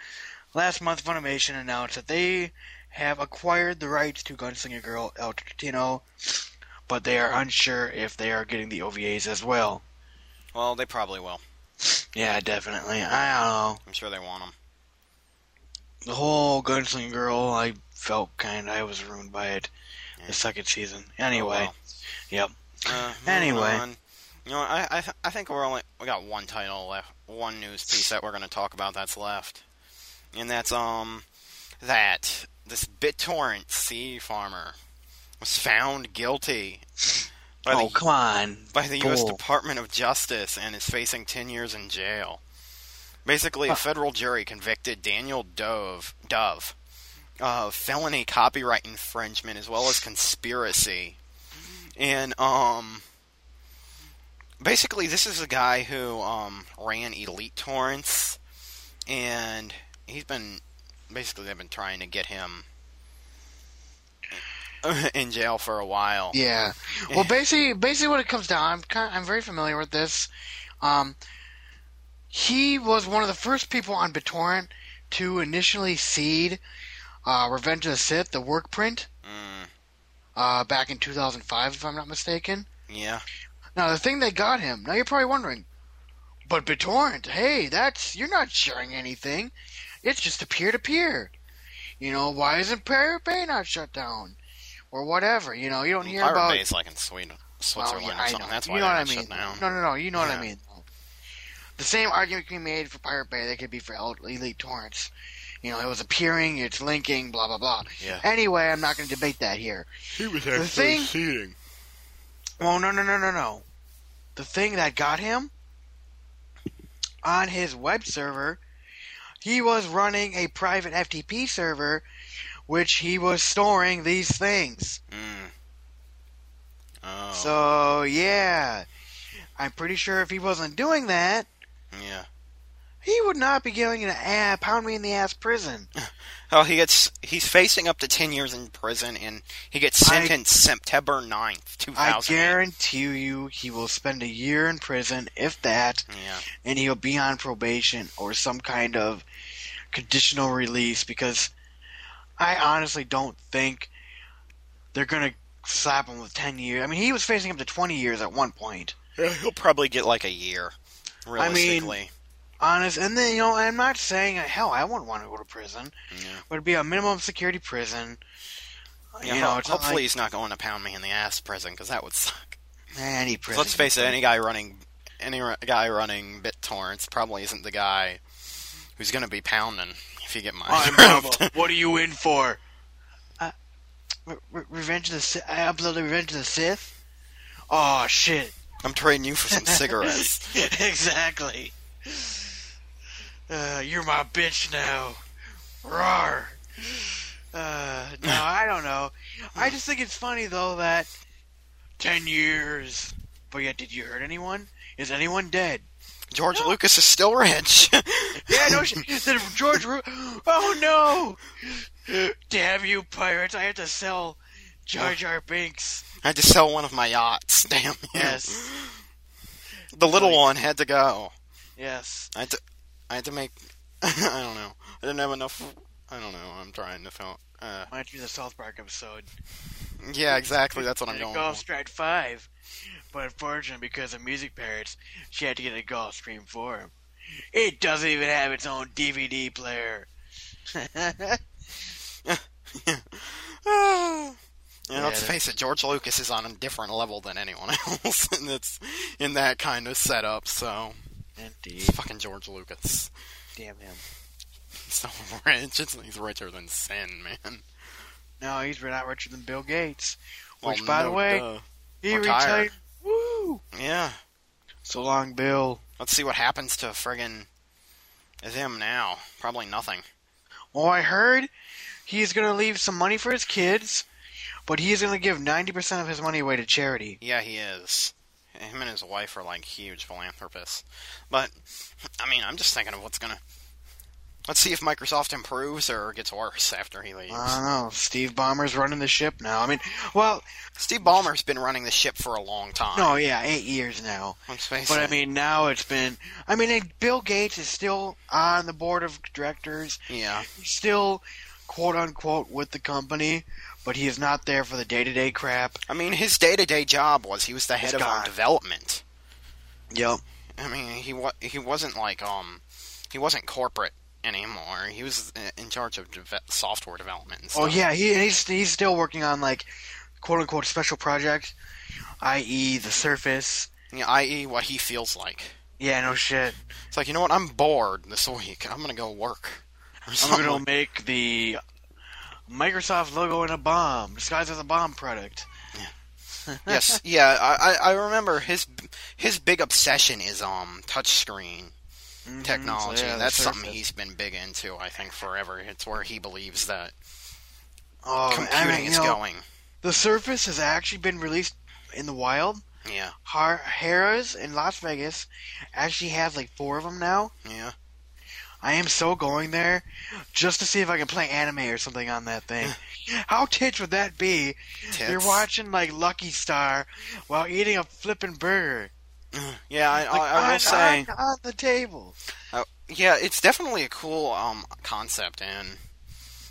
Speaker 6: Last month, Funimation announced that they have acquired the rights to Gunslinger Girl El Tino, but they are unsure if they are getting the OVAs as well.
Speaker 3: Well, they probably will.
Speaker 6: Yeah, definitely. I don't know.
Speaker 3: I'm sure they want Oh, them.
Speaker 6: The whole Gunslinger Girl, I felt kind of, I was ruined by it the second season. Anyway,
Speaker 3: well.
Speaker 6: yep.
Speaker 3: Uh, moving
Speaker 6: Anyway.
Speaker 3: on. You know, what, I I, th- I think we're only we got one title left, one news piece that we're going to talk about that's left, and that's um that this BitTorrent sea farmer was found guilty by
Speaker 6: Oh,
Speaker 3: the
Speaker 6: come on.
Speaker 3: by the U.S.
Speaker 6: Bull.
Speaker 3: Department of Justice and is facing 10 years in jail. Basically, a federal jury convicted Daniel Dove, Dove of felony copyright infringement as well as conspiracy. And, um, basically, this is a guy who, um, ran Elite Torrents, and he's been, basically, they've been trying to get him in jail for a while.
Speaker 6: Yeah. Well, basically, basically, what it comes down, I'm kind, I'm very familiar with this. Um, he was one of the first people on BitTorrent to initially seed uh, Revenge of the Sith, the work print,
Speaker 3: Mm,
Speaker 6: uh, back in 2005, if I'm not mistaken.
Speaker 3: yeah.
Speaker 6: Now, the thing that got him. Now, you're probably wondering, but BitTorrent, hey, that's you're not sharing anything. It's just a peer-to-peer. You know, why isn't Pirate Bay not shut down? Or whatever, you know, you don't hear
Speaker 3: Pirate
Speaker 6: about
Speaker 3: Bay is like in Sweden, Switzerland
Speaker 6: Well, yeah,
Speaker 3: or
Speaker 6: I
Speaker 3: something.
Speaker 6: know.
Speaker 3: That's
Speaker 6: You
Speaker 3: why
Speaker 6: know
Speaker 3: they're
Speaker 6: what I
Speaker 3: not
Speaker 6: mean.
Speaker 3: shut down.
Speaker 6: No, no, no. You know what
Speaker 3: Yeah.
Speaker 6: I mean. though. The same argument can be made for Pirate Bay that could be for El- Elite Torrents. You know, it was appearing, it's linking, blah blah blah.
Speaker 3: Yeah.
Speaker 6: Anyway, I'm not going to debate that here.
Speaker 3: He was
Speaker 6: actually thing-
Speaker 3: cheating.
Speaker 6: Well, no, no, no, no, no. The thing that got him on his web server, he was running a private FTP server, which he was storing these things.
Speaker 3: Mm. Oh,
Speaker 6: So yeah, I'm pretty sure if he wasn't doing that.
Speaker 3: yeah.
Speaker 6: He would not be going in a ah, pound me in the ass prison.
Speaker 3: Oh, he gets he's facing up to ten years in prison, and he gets
Speaker 6: I-
Speaker 3: sentenced September 9th, two
Speaker 6: I
Speaker 3: thousand.
Speaker 6: guarantee you he will spend a year in prison, if that,
Speaker 3: Yeah,
Speaker 6: and he'll be on probation or some kind of conditional release because I honestly don't think they're going to slap him with 10 years. I mean, he was facing up to 20 years at one point.
Speaker 3: he'll probably get like a year.
Speaker 6: mean-
Speaker 3: Realistically,
Speaker 6: Honest, and then, you know, I'm not saying, uh, hell, I wouldn't want to go to prison,
Speaker 3: yeah.
Speaker 6: but it'd be a minimum security prison.
Speaker 3: Yeah,
Speaker 6: you
Speaker 3: ho-
Speaker 6: know, it's not
Speaker 3: hopefully
Speaker 6: like
Speaker 3: he's not going to pound me in the ass prison because that would suck.
Speaker 6: any
Speaker 3: 'Cause
Speaker 6: prison.
Speaker 3: Let's face it, any guy running any r- guy running BitTorrents probably isn't the guy who's going to be pounding. If you get my
Speaker 6: I'm Marvel. What are you in for? Uh, Re- Re- Revenge of the Sith. I uploaded Revenge of the Sith. Oh shit!
Speaker 3: I'm trading you for some cigarettes.
Speaker 6: exactly. Uh, you're my bitch now. Rawr. Uh, no, I don't know. I just think it's funny though that ten years, but yet did you hurt anyone? Is anyone dead?
Speaker 3: George
Speaker 6: Oh.
Speaker 3: Lucas is still rich.
Speaker 6: Yeah, no shit. Then George Ru- Oh no! Damn you, pirates! I have to sell Jar Jar Binks.
Speaker 3: I had to sell one of my yachts. Damn. you.
Speaker 6: Yes,
Speaker 3: The little one had to go.
Speaker 6: yes.
Speaker 3: I had to. I had to make. I don't know. I didn't have enough. I don't know. I'm trying to film. Uh,
Speaker 6: Why don't you do the South Park episode?
Speaker 3: yeah, exactly. That's what I'm
Speaker 6: Had a
Speaker 3: going.
Speaker 6: golf
Speaker 3: for.
Speaker 6: strike five, but unfortunately, because of music pirates, she had to get a golf stream for him. It doesn't even have its own DVD player.
Speaker 3: Ah. And
Speaker 6: Yeah,
Speaker 3: let's
Speaker 6: that-
Speaker 3: face it, George Lucas is on a different level than anyone else, and it's in that kind of setup. So
Speaker 6: Indeed,
Speaker 3: it's fucking George Lucas.
Speaker 6: damn him.
Speaker 3: He's so rich. It's, he's richer than sin, man.
Speaker 6: No, he's not richer than Bill Gates. Which,
Speaker 3: Well,
Speaker 6: by the
Speaker 3: no
Speaker 6: way,
Speaker 3: duh.
Speaker 6: he
Speaker 3: Retired.
Speaker 6: retired. Woo!
Speaker 2: Woo!
Speaker 3: Yeah.
Speaker 2: So long, Bill.
Speaker 3: Let's see what happens to friggin' them now. Probably nothing.
Speaker 2: Well, I heard he's gonna leave some money for his kids, but he's gonna give ninety percent of his money away to charity.
Speaker 3: Yeah, he is. Him and his wife are like huge philanthropists. But I mean, I'm just thinking of what's gonna. Let's see if Microsoft improves or gets worse after he leaves.
Speaker 2: I don't know. Steve Ballmer's running the ship now. I mean, well,
Speaker 3: Steve Ballmer's been running the ship for a long time.
Speaker 2: no, yeah, eight years now.
Speaker 3: Let's face
Speaker 2: But
Speaker 3: it.
Speaker 2: I mean, now it's been. I mean, and Bill Gates is still on the board of directors.
Speaker 3: yeah,
Speaker 2: He's still, quote unquote, with the company, but he is not there for the day to day crap.
Speaker 3: I mean, his day-to-day job was he was the head
Speaker 2: He's
Speaker 3: of our
Speaker 2: gone.
Speaker 3: development.
Speaker 2: Yep.
Speaker 3: I mean, he wa- he wasn't like um, he wasn't corporate anymore. He was uh, in charge of deve- software development. And stuff.
Speaker 2: Oh yeah, he, he's he's still working on like, quote unquote, special projects, i.e. the Surface.
Speaker 3: Yeah, i.e., what he feels like.
Speaker 2: Yeah, no shit.
Speaker 3: It's like you know what? I'm bored this week. I'm gonna go work. Or
Speaker 2: I'm
Speaker 3: something.
Speaker 2: gonna make the Microsoft logo in a bomb, disguised as a bomb product.
Speaker 3: yes, yeah. I, I I remember his his big obsession is um touchscreen
Speaker 2: Mhm,
Speaker 3: technology.
Speaker 2: so yeah, the
Speaker 3: That's something
Speaker 2: Surface.
Speaker 3: he's been big into, I think, forever. It's where he believes that
Speaker 2: oh, I mean,
Speaker 3: computing
Speaker 2: you
Speaker 3: is
Speaker 2: know,
Speaker 3: going.
Speaker 2: The Surface has actually been released in the wild.
Speaker 3: Yeah,
Speaker 2: Har- Harrah's in Las Vegas actually has like four of them now.
Speaker 3: yeah.
Speaker 2: I am so going there just to see if I can play anime or something on that thing. How titch would that be? You're
Speaker 3: Tits.
Speaker 2: watching like Lucky Star while eating a flippin' burger.
Speaker 3: Yeah, I,
Speaker 2: Like,
Speaker 3: I, I will
Speaker 2: on-
Speaker 3: say.
Speaker 2: on, on the table.
Speaker 3: Uh, yeah, it's definitely a cool um concept, and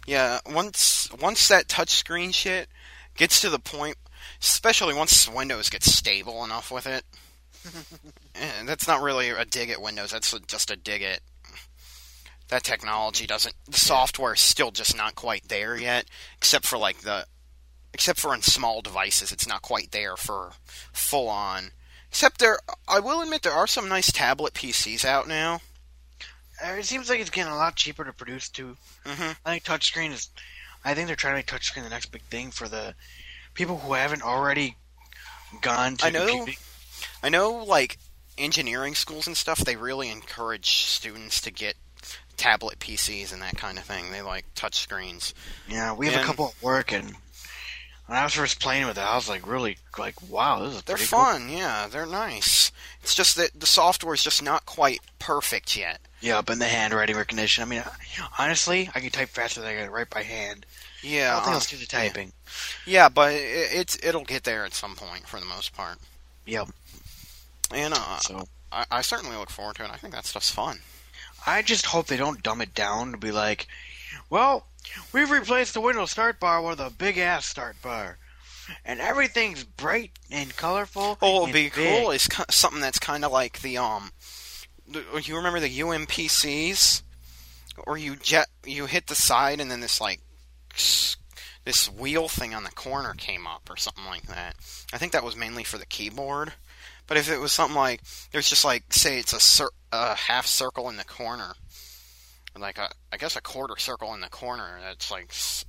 Speaker 3: yeah, once once that touchscreen shit gets to the point, especially once Windows gets stable enough with it, and that's not really a dig at Windows. That's just a dig at that technology. Doesn't the software is still just not quite there yet? Except for like the, except for in small devices, it's not quite there for full on. Except there, I will admit there are some nice tablet PCs out now.
Speaker 2: Uh, It seems like it's getting a lot cheaper to produce too.
Speaker 3: Mhm.
Speaker 2: I think touchscreen is. I think they're trying to make touchscreen the next big thing for the people who haven't already gone to
Speaker 3: I know.
Speaker 2: computing.
Speaker 3: I know, like engineering schools and stuff, they really encourage students to get tablet PCs and that kind of thing. They like touch screens.
Speaker 2: Yeah, we have
Speaker 3: And-
Speaker 2: a couple at work, and when I was first playing with it, I was like, really, like, wow, this is
Speaker 3: They're
Speaker 2: pretty Cool.
Speaker 3: fun, yeah. They're nice. It's just that the software is just not quite perfect yet.
Speaker 2: Yep, and the handwriting recognition. I mean, honestly, I can type faster than I can write by hand. I
Speaker 3: Yeah,
Speaker 2: don't think
Speaker 3: uh,
Speaker 2: I'll stick to typing.
Speaker 3: yeah, but it, it's it'll get there at some point for the most part.
Speaker 2: Yep.
Speaker 3: And uh,
Speaker 2: So
Speaker 3: I, I certainly look forward to it. I think that stuff's fun.
Speaker 2: I just hope they don't dumb it down to be like, well, we've replaced the Windows Start Bar with a big ass Start Bar, and everything's bright and colorful.
Speaker 3: Oh, what would
Speaker 2: and
Speaker 3: be
Speaker 2: big."
Speaker 3: cool is ki- something that's kind of like the um. the- You remember the UMPCs, or you jet you hit the side and then this like s- this wheel thing on the corner came up or something like that. I think that was mainly for the keyboard. But if it was something like there's just like say it's a, cir- a half circle in the corner, like a I guess a quarter circle in the corner that's like s-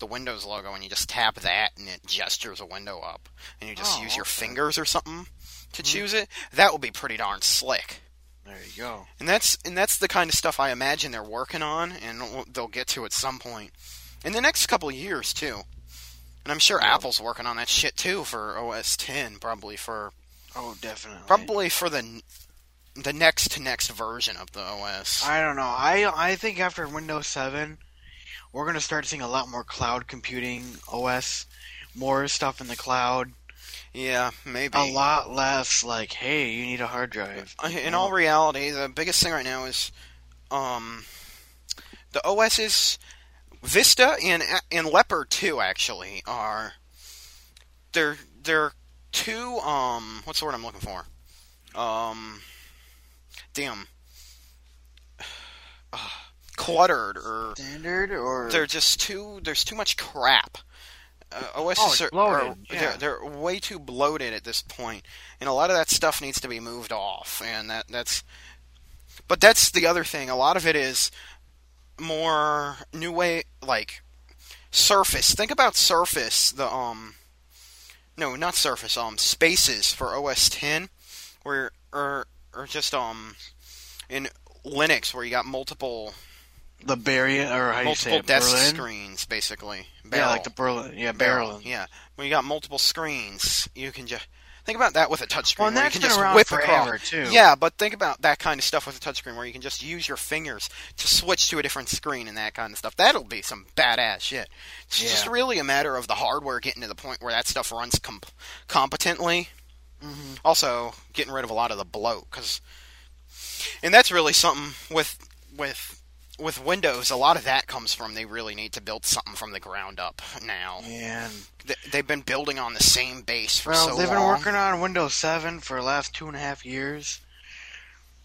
Speaker 3: the Windows logo, and you just tap that and it gestures a window up, and you just
Speaker 2: Oh,
Speaker 3: use your
Speaker 2: okay. Mm-hmm.
Speaker 3: fingers or something to choose it. That would be pretty darn slick.
Speaker 2: There you go.
Speaker 3: And that's and that's the kind of stuff I imagine they're working on, and w- they'll get to at some point in the next couple of years too. And I'm sure Apple's working on that shit too for OS 10, probably for
Speaker 2: Oh, definitely.
Speaker 3: probably for the n- the next to next version of the OS.
Speaker 2: I don't know. I I think after Windows Seven, we're gonna start seeing a lot more cloud computing OS, more stuff in the cloud,
Speaker 3: yeah, maybe
Speaker 2: a lot less like, hey, you need a hard drive.
Speaker 3: I- in all reality, the biggest thing right now is um, the OS's Vista and and Leopard 2 actually are they're they're two um what's the word I'm looking for? Um damn Ugh, cluttered or
Speaker 2: Standard or
Speaker 3: they're just too there's too much crap. Uh, OS
Speaker 2: Oh, it's
Speaker 3: are,
Speaker 2: bloated,
Speaker 3: are-
Speaker 2: yeah.
Speaker 3: they're, they're way too bloated at this point, and a lot of that stuff needs to be moved off. And that that's, but that's the other thing. A lot of it is more new way like Surface. Think about Surface, the um, no, not Surface. Um, spaces for OS 10, where or or just um in Linux where you got multiple
Speaker 6: The barrier, or how do you say
Speaker 3: multiple
Speaker 6: it,
Speaker 3: desk
Speaker 6: Berlin?
Speaker 3: screens basically.
Speaker 6: Yeah,
Speaker 3: Barrel.
Speaker 6: like the Berlin. Yeah, Berlin.
Speaker 3: Yeah, when you got multiple screens, you can just think about that with a touchscreen.
Speaker 6: Well, and
Speaker 3: where you
Speaker 6: that's
Speaker 3: can
Speaker 6: been
Speaker 3: just
Speaker 6: around
Speaker 3: whip
Speaker 6: forever,
Speaker 3: across.
Speaker 6: too.
Speaker 3: Yeah, but think about that kind of stuff with a touchscreen, where you can just use your fingers to switch to a different screen and that kind of stuff. That'll be some badass shit. It's just
Speaker 6: Yeah.
Speaker 3: really a matter of the hardware getting to the point where that stuff runs com- competently.
Speaker 6: Mm-hmm.
Speaker 3: Also, getting rid of a lot of the bloat, because and that's really something with with with Windows. A lot of that comes from they really need to build something from the ground up now
Speaker 6: And
Speaker 3: th- they've been building on the same base for
Speaker 6: well,
Speaker 3: so
Speaker 6: they've been
Speaker 3: long.
Speaker 6: working on Windows 7 for the last two and a half years.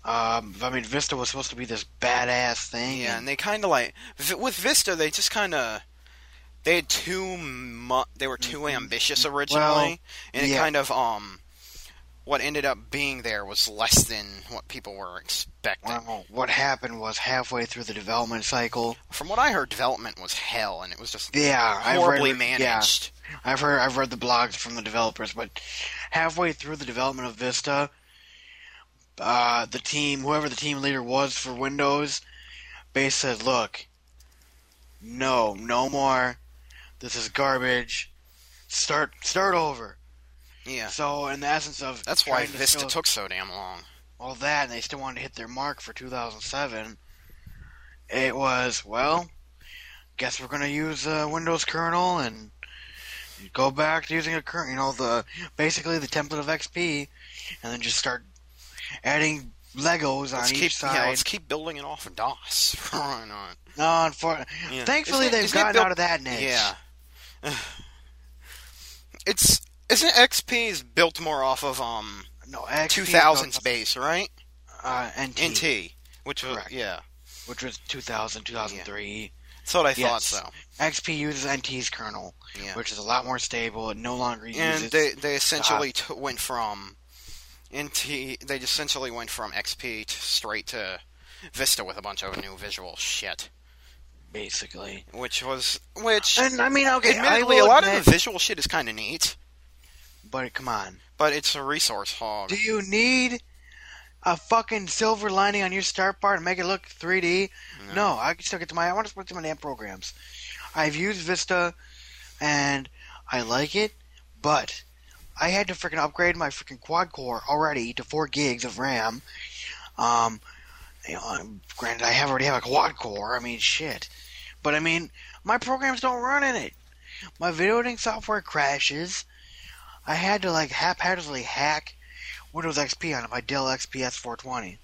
Speaker 6: Um, I mean, Vista was supposed to be this badass thing.
Speaker 3: yeah, and they kind of like v- with Vista, they just kind of they had too mu- they were too ambitious originally,
Speaker 6: Mm-hmm. Well,
Speaker 3: and it
Speaker 6: yeah.
Speaker 3: kind of um what ended up being there was less than what people were expecting.
Speaker 6: Well, what happened was halfway through the development cycle.
Speaker 3: From what I heard, development was hell, and it was just
Speaker 6: Yeah,
Speaker 3: horribly
Speaker 6: I've read,
Speaker 3: managed.
Speaker 6: Yeah, I've heard I've read the blogs from the developers, but halfway through the development of Vista, uh, the team, whoever the team leader was for Windows, base said, "Look, no, no more. This is garbage. Start, start over."
Speaker 3: Yeah,
Speaker 6: So, in the essence of
Speaker 3: that's why
Speaker 6: trying to
Speaker 3: Vista
Speaker 6: fill-
Speaker 3: took so damn long.
Speaker 6: all that, and they still wanted to hit their mark for 2007, it was well. Guess we're gonna use uh, Windows kernel and go back to using a current, you know, the basically the template of XP, and then just start adding Legos on
Speaker 3: Let's
Speaker 6: each
Speaker 3: keep
Speaker 6: side.
Speaker 3: yeah, let's keep building it off of DOS. Why not?
Speaker 6: No, unfor-
Speaker 3: Yeah.
Speaker 6: thankfully
Speaker 3: Isn't it-
Speaker 6: they've
Speaker 3: isn't it
Speaker 6: gotten
Speaker 3: built-
Speaker 6: out of that niche.
Speaker 3: Yeah. It's isn't XP is built more off of um
Speaker 6: no, XP
Speaker 3: two thousands base, right?
Speaker 6: uh, NT,
Speaker 3: NT, which was
Speaker 6: Correct.
Speaker 3: yeah.
Speaker 6: which was 2000, 2003.
Speaker 3: That's what I thought.
Speaker 6: Yes.
Speaker 3: So
Speaker 6: XP uses NT's kernel,
Speaker 3: yeah,
Speaker 6: which is a lot more stable. It Uh, no longer uses
Speaker 3: and they they essentially t- went from NT. They essentially went from XP t- straight to Vista with a bunch of new visual shit,
Speaker 6: basically.
Speaker 3: which was which.
Speaker 6: And I mean, okay,
Speaker 3: admittedly,
Speaker 6: I
Speaker 3: a
Speaker 6: will
Speaker 3: lot of
Speaker 6: admit,
Speaker 3: the visual shit is kind of neat,
Speaker 6: But come on,
Speaker 3: but it's a resource hog.
Speaker 6: do you need a fucking silver lining on your start bar to make it look 3D? No, I can still get to my. I want to put to my damn programs. I've used Vista, and I like it, but I had to freaking upgrade my freaking quad core already to four gigs of RAM. Um, you know, granted, I have already have a quad core. I mean, shit, but I mean, my programs don't run in it. My video editing software crashes. I had to like haphazardly hack Windows XP on my Dell XPS 420.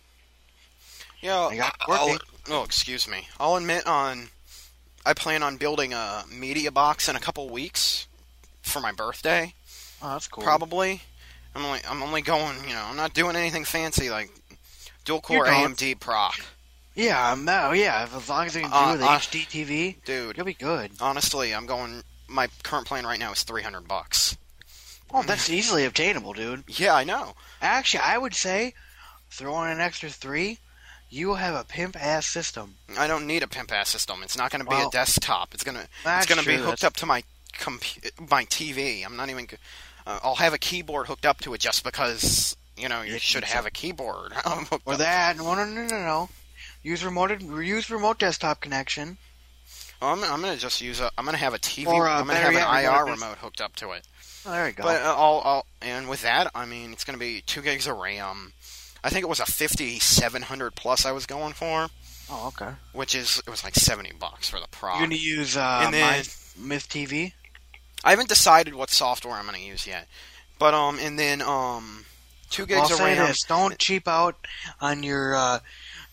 Speaker 3: Yeah,
Speaker 6: I got
Speaker 3: I'll-
Speaker 6: working.
Speaker 3: oh, excuse me. I'll admit on. I plan on building a media box in a couple weeks for my birthday,
Speaker 6: Oh, that's cool.
Speaker 3: probably. I'm only I'm only going, you know, I'm not doing anything fancy like dual
Speaker 6: You're
Speaker 3: core
Speaker 6: going-
Speaker 3: AMD proc,
Speaker 6: Yeah, I'm not, yeah. if- As long as you can do
Speaker 3: Uh,
Speaker 6: with
Speaker 3: uh,
Speaker 6: HD TV,
Speaker 3: dude.
Speaker 6: you'll be good.
Speaker 3: Honestly, I'm going. My current plan right now is 300 bucks.
Speaker 6: Oh, that's easily obtainable, dude.
Speaker 3: Yeah, I know.
Speaker 6: Actually, I would say throw in an extra three, you will have a pimp ass system.
Speaker 3: I don't need a pimp ass system. It's not going to be
Speaker 6: Well,
Speaker 3: a desktop. It's going to it's
Speaker 6: that's
Speaker 3: going to be
Speaker 6: true.
Speaker 3: hooked up to my compu- my TV. I'm not even. g- Uh, I'll have a keyboard hooked up to it just because you know you
Speaker 6: Yeah,
Speaker 3: should
Speaker 6: so-
Speaker 3: have a keyboard. Um, hooked
Speaker 6: Or
Speaker 3: up-
Speaker 6: that? No, no, no, no, no. Use remote. Use remote desktop connection.
Speaker 3: I'm, I'm going to just use a. I'm going to have a TV.
Speaker 6: Or, uh,
Speaker 3: I'm going to
Speaker 6: better
Speaker 3: have an
Speaker 6: yet,
Speaker 3: IR
Speaker 6: remote
Speaker 3: remote,
Speaker 6: dis-
Speaker 3: hooked up to it.
Speaker 6: Oh, there you go.
Speaker 3: But uh, I'll, I'll and with that, I mean it's going to be two gigs of RAM. I think it was a 5700 plus I was going for,
Speaker 6: oh, okay.
Speaker 3: which is it was like 70 bucks for the proc.
Speaker 6: You're gonna use uh,
Speaker 3: And then-
Speaker 6: my Myth TV.
Speaker 3: I haven't decided what software I'm going to use yet. But um, and then um, two gigs
Speaker 6: I'll
Speaker 3: of
Speaker 6: say
Speaker 3: RAM.
Speaker 6: this: don't cheap out on your uh,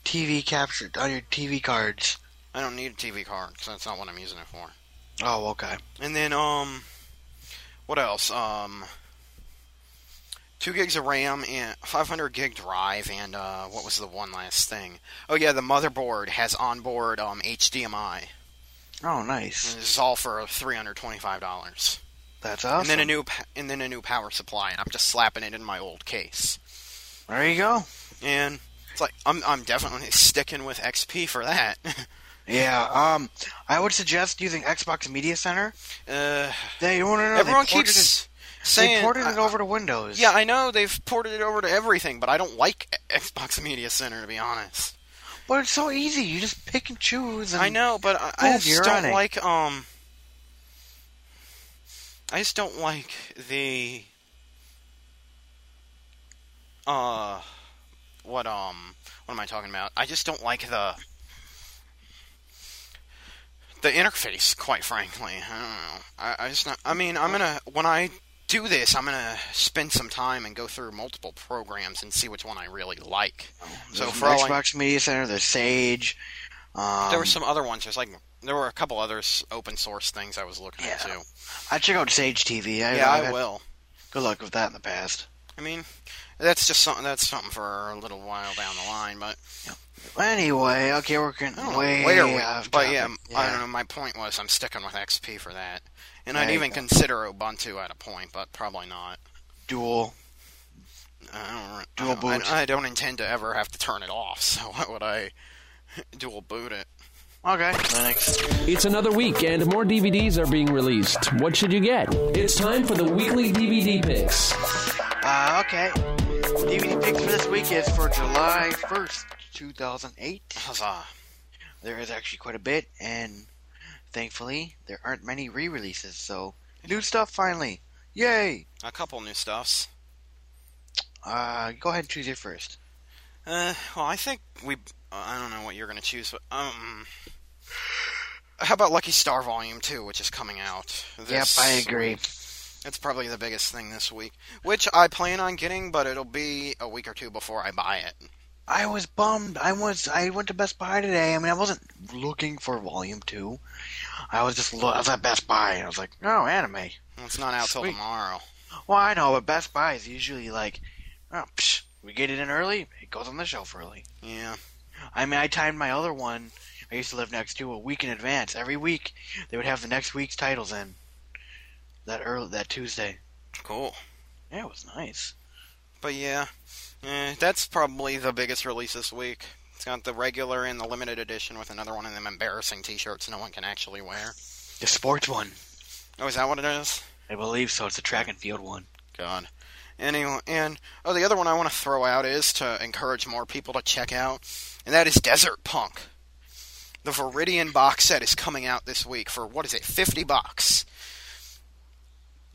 Speaker 6: TV capture on your TV cards.
Speaker 3: I don't need a TV card because that's not what I'm using it for.
Speaker 6: Oh, okay.
Speaker 3: And then um, what else? Um, two gigs of RAM and 500 gig drive and uh, what was the one last thing? Oh yeah, the motherboard has onboard um HDMI.
Speaker 6: Oh, nice.
Speaker 3: And this is all for 325 dollars.
Speaker 6: That's awesome.
Speaker 3: And then a new pa- and then a new power supply. And I'm just slapping it in my old case.
Speaker 6: there you go.
Speaker 3: And it's like I'm I'm definitely sticking with XP for that.
Speaker 6: Yeah.
Speaker 2: uh,
Speaker 6: Um, I would suggest using Xbox Media Center.
Speaker 3: uh,
Speaker 6: They no, no, no, they
Speaker 3: everyone
Speaker 6: ported
Speaker 3: keeps.
Speaker 6: it-
Speaker 3: saying
Speaker 2: they ported
Speaker 3: I-
Speaker 2: it over to Windows.
Speaker 3: Yeah, I know they've ported it over to everything, but I don't like Xbox Media Center to be honest.
Speaker 2: but it's so easy. You just pick and choose. And
Speaker 3: I know, but I, I
Speaker 2: Oh,
Speaker 3: just
Speaker 2: you're
Speaker 3: don't
Speaker 2: running.
Speaker 3: like um. I just don't like the uh, what um, what am I talking about? I just don't like the the interface, quite frankly. I don't know. I, I just not. I mean, I'm gonna when I do this, I'm gonna spend some time and go through multiple programs and see which one I really like. So
Speaker 2: Oh, There's
Speaker 3: for all I
Speaker 2: Xbox Media Center, there's Sage. Um,
Speaker 3: there were some other ones. There's like there were a couple other s- open source things I was looking at
Speaker 2: Yeah.
Speaker 3: too.
Speaker 2: I check out Sage TV. I,
Speaker 3: Yeah,
Speaker 2: I've
Speaker 3: I
Speaker 2: had
Speaker 3: will.
Speaker 2: Good luck with that in the past.
Speaker 3: I mean, that's just something. That's something for a little while down the line. But
Speaker 2: Anyway, okay, we're getting
Speaker 3: I don't know
Speaker 2: way
Speaker 3: Oh, where we.
Speaker 2: off
Speaker 3: But
Speaker 2: topic.
Speaker 3: yeah, m- I don't know. My point was I'm sticking with XP for that, and I'd
Speaker 2: There you
Speaker 3: even
Speaker 2: go.
Speaker 3: consider Ubuntu at a point, but probably not.
Speaker 2: Dual.
Speaker 3: I don't.
Speaker 2: Dual
Speaker 3: I don't, I-
Speaker 2: boot.
Speaker 3: I don't intend to ever have to turn it off. So why would I dual boot it?
Speaker 2: Okay. Linux.
Speaker 1: It's another week, and more DVDs are being released. What should you get? It's time for the weekly DVD picks.
Speaker 2: Uh, okay. DVD picks for this week is for July 1st, 2008.
Speaker 3: Huzzah!
Speaker 2: There is actually quite a bit, and thankfully, there aren't many re releases, so new stuff finally. Yay!
Speaker 3: A couple new stuffs.
Speaker 2: Uh, go ahead and choose your first.
Speaker 3: Uh, well, I think we. I don't know what you're gonna choose, but um, how about Lucky Star Volume Two, which is coming out? this
Speaker 2: yep, I agree.
Speaker 3: week? It's probably the biggest thing this week, which I plan on getting, but it'll be a week or two before I buy it.
Speaker 2: I was bummed. I was. I went to Best Buy today. I mean, I wasn't looking for Volume Two. I was just. Lo- I was at Best Buy, and I was like, "Oh, anime."
Speaker 3: Well, It's not out till
Speaker 2: Sweet.
Speaker 3: tomorrow.
Speaker 2: Well, I know, but Best Buy is usually like, "Oh, psh, we get it in early. It goes on the shelf early."
Speaker 3: Yeah,
Speaker 2: I mean, I timed my other one. I used to live next to a week in advance. Every week, they would have the next week's titles in. That early, that Tuesday.
Speaker 3: cool.
Speaker 2: Yeah, it was nice.
Speaker 3: But yeah, eh, that's probably the biggest release this week. It's got the regular and the limited edition with another one of them embarrassing T-shirts no one can actually wear.
Speaker 2: The sports one.
Speaker 3: Oh, is that what it is?
Speaker 2: I believe so. It's the track and field one.
Speaker 3: God. Anyway, and oh, the other one I want to throw out is to encourage more people to check out, and that is Desert Punk. The Viridian box set is coming out this week for what is it, fifty bucks?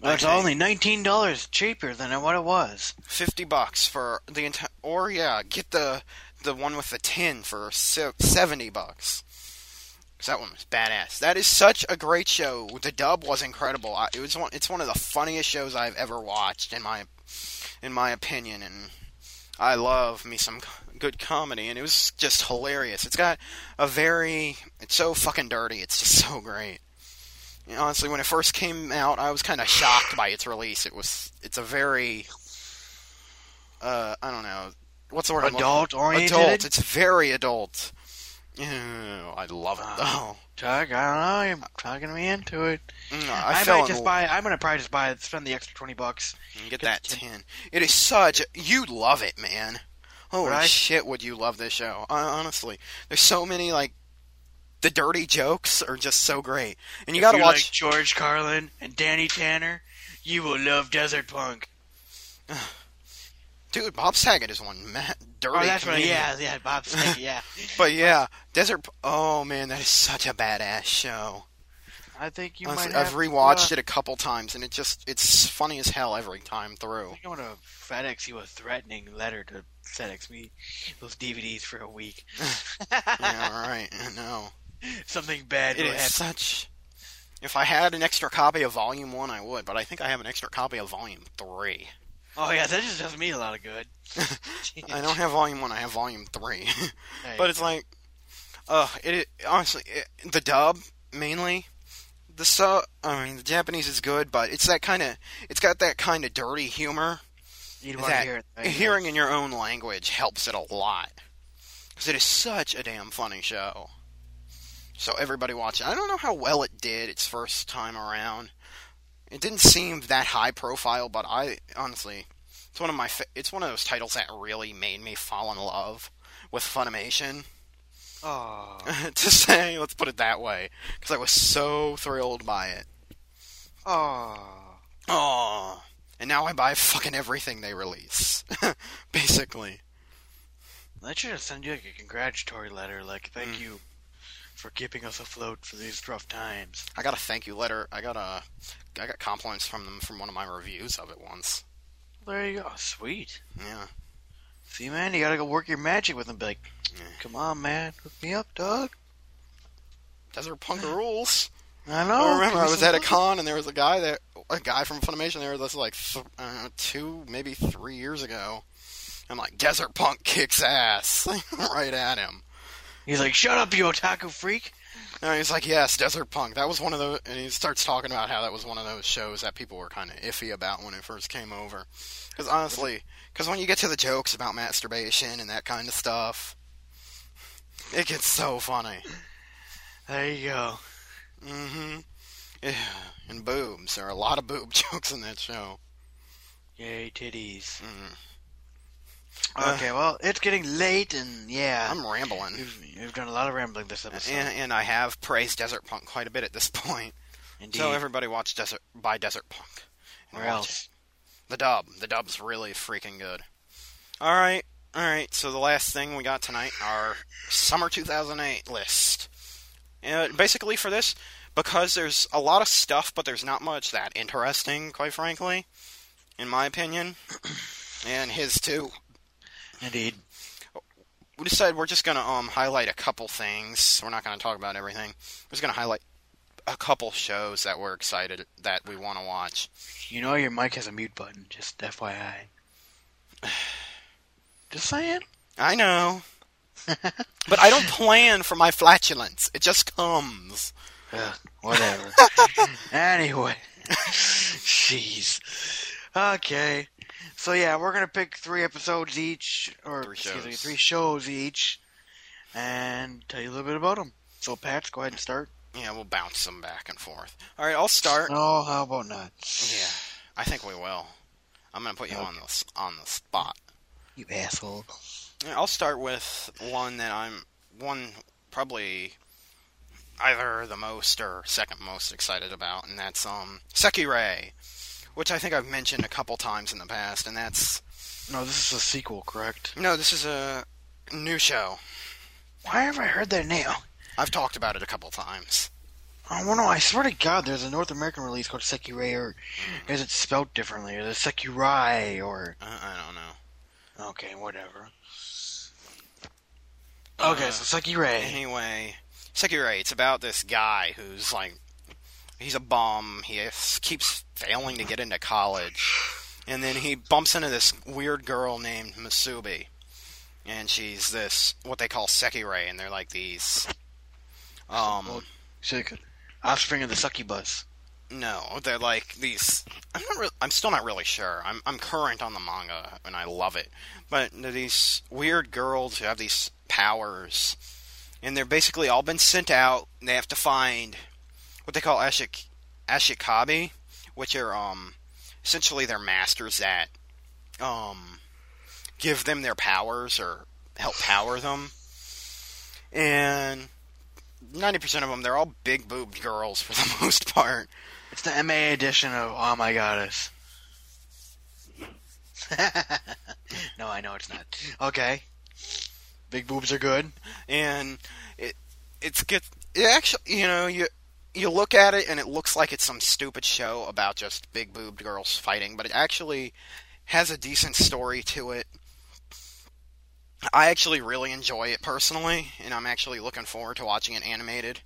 Speaker 2: That's
Speaker 3: Okay.
Speaker 2: only nineteen dollars cheaper than what it was.
Speaker 3: Fifty bucks for the entire, or yeah, get the the one with the tin for se- seventy bucks. 'Cause that one was badass. That is such a great show. The dub was incredible. I, it was one. It's one of the funniest shows I've ever watched in my in my opinion, and I love me some c- good comedy, and it was just hilarious. It's got a very, it's so fucking dirty. It's just so great. And honestly, when it first came out, I was kind of shocked by its release. It was, it's a very, uh, I don't know, what's the word? I'm looking-
Speaker 2: Adult-oriented?
Speaker 3: Adult. It's very adult. Ew, I love it
Speaker 2: Ah.
Speaker 3: though.
Speaker 2: Chuck, I don't know. You're talking me into it.
Speaker 3: Mm,
Speaker 2: I,
Speaker 3: I, fell
Speaker 2: might
Speaker 3: in
Speaker 2: just
Speaker 3: love.
Speaker 2: buy. I'm gonna probably just buy. it, Spend the extra twenty bucks.
Speaker 3: You Get that tin. It is such. A, you love it, man. Holy
Speaker 2: Right?
Speaker 3: shit, would you love this show? Hon- Honestly, there's so many like the dirty jokes are just so great, and you gotta
Speaker 2: you like
Speaker 3: watch.
Speaker 2: George Carlin and Danny Tanner. You will love Desert Punk.
Speaker 3: Dude, Bob Saget is one ma dirty.
Speaker 2: Oh, that's right.
Speaker 3: comedian.
Speaker 2: Yeah, yeah, Bob Saget. Yeah,
Speaker 3: But yeah, Desert. P- Oh man, that is such a badass show.
Speaker 2: I think you
Speaker 3: Honestly,
Speaker 2: might.
Speaker 3: I've rewatched it a couple times, and it just it's funny as hell every time through.
Speaker 2: I think I want to FedEx you a threatening letter to FedEx me those DVDs for a week.
Speaker 3: yeah, all right. I know.
Speaker 2: Something bad
Speaker 3: It
Speaker 2: will
Speaker 3: is
Speaker 2: happen.
Speaker 3: such. If I had an extra copy of Volume One, I would, but I think I have an extra copy of Volume Three.
Speaker 2: Oh yeah, that just does me a lot of good.
Speaker 3: I don't have Volume One. I have Volume Three.
Speaker 2: Hey,
Speaker 3: but it's like, uh, it, it honestly it, the dub mainly. The sub, I mean, the Japanese is good, but it's that kind of. It's got that kind of dirty humor
Speaker 2: you'd want to
Speaker 3: that
Speaker 2: hear it. right?
Speaker 3: hearing in your own language helps it a lot because it is such a damn funny show. So everybody watch it. I don't know how well it did its first time around. It didn't seem that high profile, but I honestly, it's one of my fa- it's one of those titles that really made me fall in love with Funimation.
Speaker 2: Oh,
Speaker 3: to say, let's put it that way, because I was so thrilled by it.
Speaker 2: oh.
Speaker 3: Oh, now I buy fucking everything they release, basically.
Speaker 2: They should have sent you like a congratulatory letter, like thank
Speaker 3: Mm.
Speaker 2: you for keeping us afloat for these rough times.
Speaker 3: I got a thank you letter. I got a, I got compliments from them from one of my reviews of it once.
Speaker 2: There you go. Sweet.
Speaker 3: Yeah,
Speaker 2: See, man, you gotta go work your magic with them. Be like,
Speaker 3: Yeah.
Speaker 2: come on, man, hook me up, dog.
Speaker 3: Desert Punk rules.
Speaker 2: I know.
Speaker 3: I remember
Speaker 2: give
Speaker 3: I
Speaker 2: me
Speaker 3: was
Speaker 2: some
Speaker 3: at a
Speaker 2: love.
Speaker 3: con and there was a guy there, a guy from Funimation there. That's like th- uh, two, maybe three years ago. I'm like, Desert Punk kicks ass right at him.
Speaker 2: He's like, shut up, you otaku freak.
Speaker 3: And he's like, yes, Desert Punk. That was one of those. And he starts talking about how that was one of those shows that people were kind of iffy about when it first came over. Because honestly, because when you get to the jokes about masturbation and that kind of stuff, it gets so funny.
Speaker 2: There you go.
Speaker 3: Mm-hmm. Yeah. And boobs. There are a lot of boob jokes in that show.
Speaker 2: Yay, titties.
Speaker 3: Mm.
Speaker 2: Okay, well, it's getting late, and yeah,
Speaker 3: Uh. I'm rambling.
Speaker 2: You've, you've done a lot of rambling this episode.
Speaker 3: and, and I have praised Desert Punk quite a bit at this point.
Speaker 2: Indeed.
Speaker 3: So everybody watch Desert by Desert Punk. And
Speaker 2: Where
Speaker 3: watch
Speaker 2: else?
Speaker 3: it. The dub. The dub's really freaking good. All right, all right. So the last thing we got tonight, our summer 2008 list. And Uh, basically for this, because there's a lot of stuff, but there's not much that interesting, quite frankly, in my opinion, and his too.
Speaker 2: Indeed.
Speaker 3: we decided we're just gonna um highlight a couple things. We're not gonna talk about everything. We're just gonna highlight a couple shows that we're excited that we want to watch.
Speaker 2: You know your mic has a mute button, just FYI. Just saying.
Speaker 3: I know, but I don't plan for my flatulence. It just comes.
Speaker 2: Ugh, whatever. anyway. Jeez. Okay. So yeah, we're gonna pick three episodes each, or
Speaker 3: Three
Speaker 2: excuse me,
Speaker 3: shows.
Speaker 2: three shows each, and tell you a little bit about them. So Pat, go ahead and start.
Speaker 3: Yeah, we'll bounce them back and forth. All right, I'll start.
Speaker 2: Oh, how about not?
Speaker 3: Yeah, I think we will. I'm gonna put you on the s- on the spot.
Speaker 2: You asshole.
Speaker 3: Yeah, I'll start with one that I'm one probably either the most or second most excited about, and that's um Sekirai, which I think I've mentioned a couple times in the past, and that's
Speaker 2: No, this is a sequel, correct?
Speaker 3: no, this is a new show.
Speaker 2: Why have I heard that name?
Speaker 3: I've talked about it a couple times.
Speaker 2: I don't know. Oh, I swear to God, there's a North American release called Sekirai, or is it spelled differently? Is it Sekirai, or
Speaker 3: Uh, I don't know.
Speaker 2: okay, whatever. Okay,
Speaker 3: Uh,
Speaker 2: so Sekirai.
Speaker 3: Anyway, Sekirai, it's about this guy who's like, he's a bum. He s- keeps failing to get into college, and then he bumps into this weird girl named Masubi, and she's this what they call Sekirai, and they're like these, um,
Speaker 2: Second. Offspring of the succubus.
Speaker 3: no, they're like these. I'm not. Re- I'm still not really sure. I'm I'm current on the manga, and I love it. But they're these weird girls who have these powers, and they're basically all been sent out. And they have to find what they call ashik ashikabi, which are um essentially their masters that um give them their powers or help power them. And ninety percent of them, they're all big boobed girls for the most part.
Speaker 2: It's the MA edition of Oh My Goddess. no, I know it's not. Okay. Big boobs are good.
Speaker 3: and it it's get it actually you know you you look at it and it looks like it's some stupid show about just big boobed girls fighting, but it actually has a decent story to it. I actually really enjoy it personally, and I'm actually looking forward to watching it animated.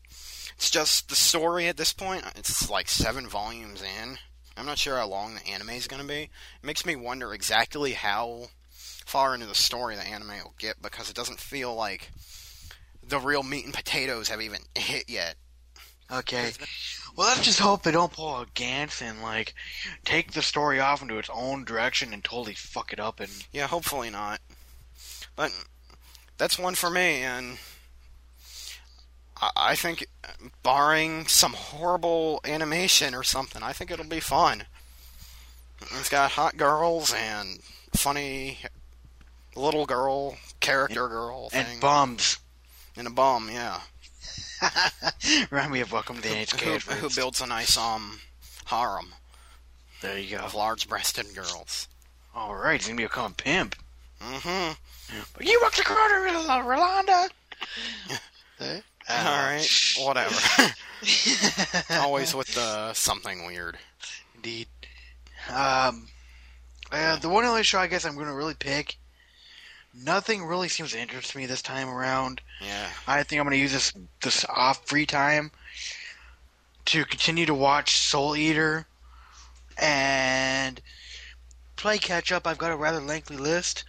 Speaker 3: It's just the story at this point, it's like seven volumes in. I'm not sure how long the anime is going to be. It makes me wonder exactly how far into the story the anime will get because it doesn't feel like the real meat and potatoes have even hit yet.
Speaker 2: Okay. Well, let's just hope they don't pull a Gantz and, like, take the story off into its own direction and totally fuck it up and
Speaker 3: Yeah, hopefully not. But that's one for me, and I, I think, barring some horrible animation or something, I think it'll be fun. It's got hot girls and funny little girl, character girl thing,
Speaker 2: and bums.
Speaker 3: and a bum, yeah.
Speaker 2: Remind me of Welcome to the NHK.
Speaker 3: Who, who
Speaker 2: Advance.
Speaker 3: builds a nice um harem?
Speaker 2: There you go.
Speaker 3: of large-breasted girls.
Speaker 2: All right, he's gonna become a pimp.
Speaker 3: Mm-hmm.
Speaker 2: But you walked the corner, Rolanda. Eh? All
Speaker 3: All right, whatever. Always with the something weird.
Speaker 2: Indeed. Um, uh, the one other show I guess I'm going to really pick. Nothing really seems to interest me this time around.
Speaker 3: Yeah.
Speaker 2: I think I'm going to use this this off free time to continue to watch Soul Eater and play catch up. I've got a rather lengthy list.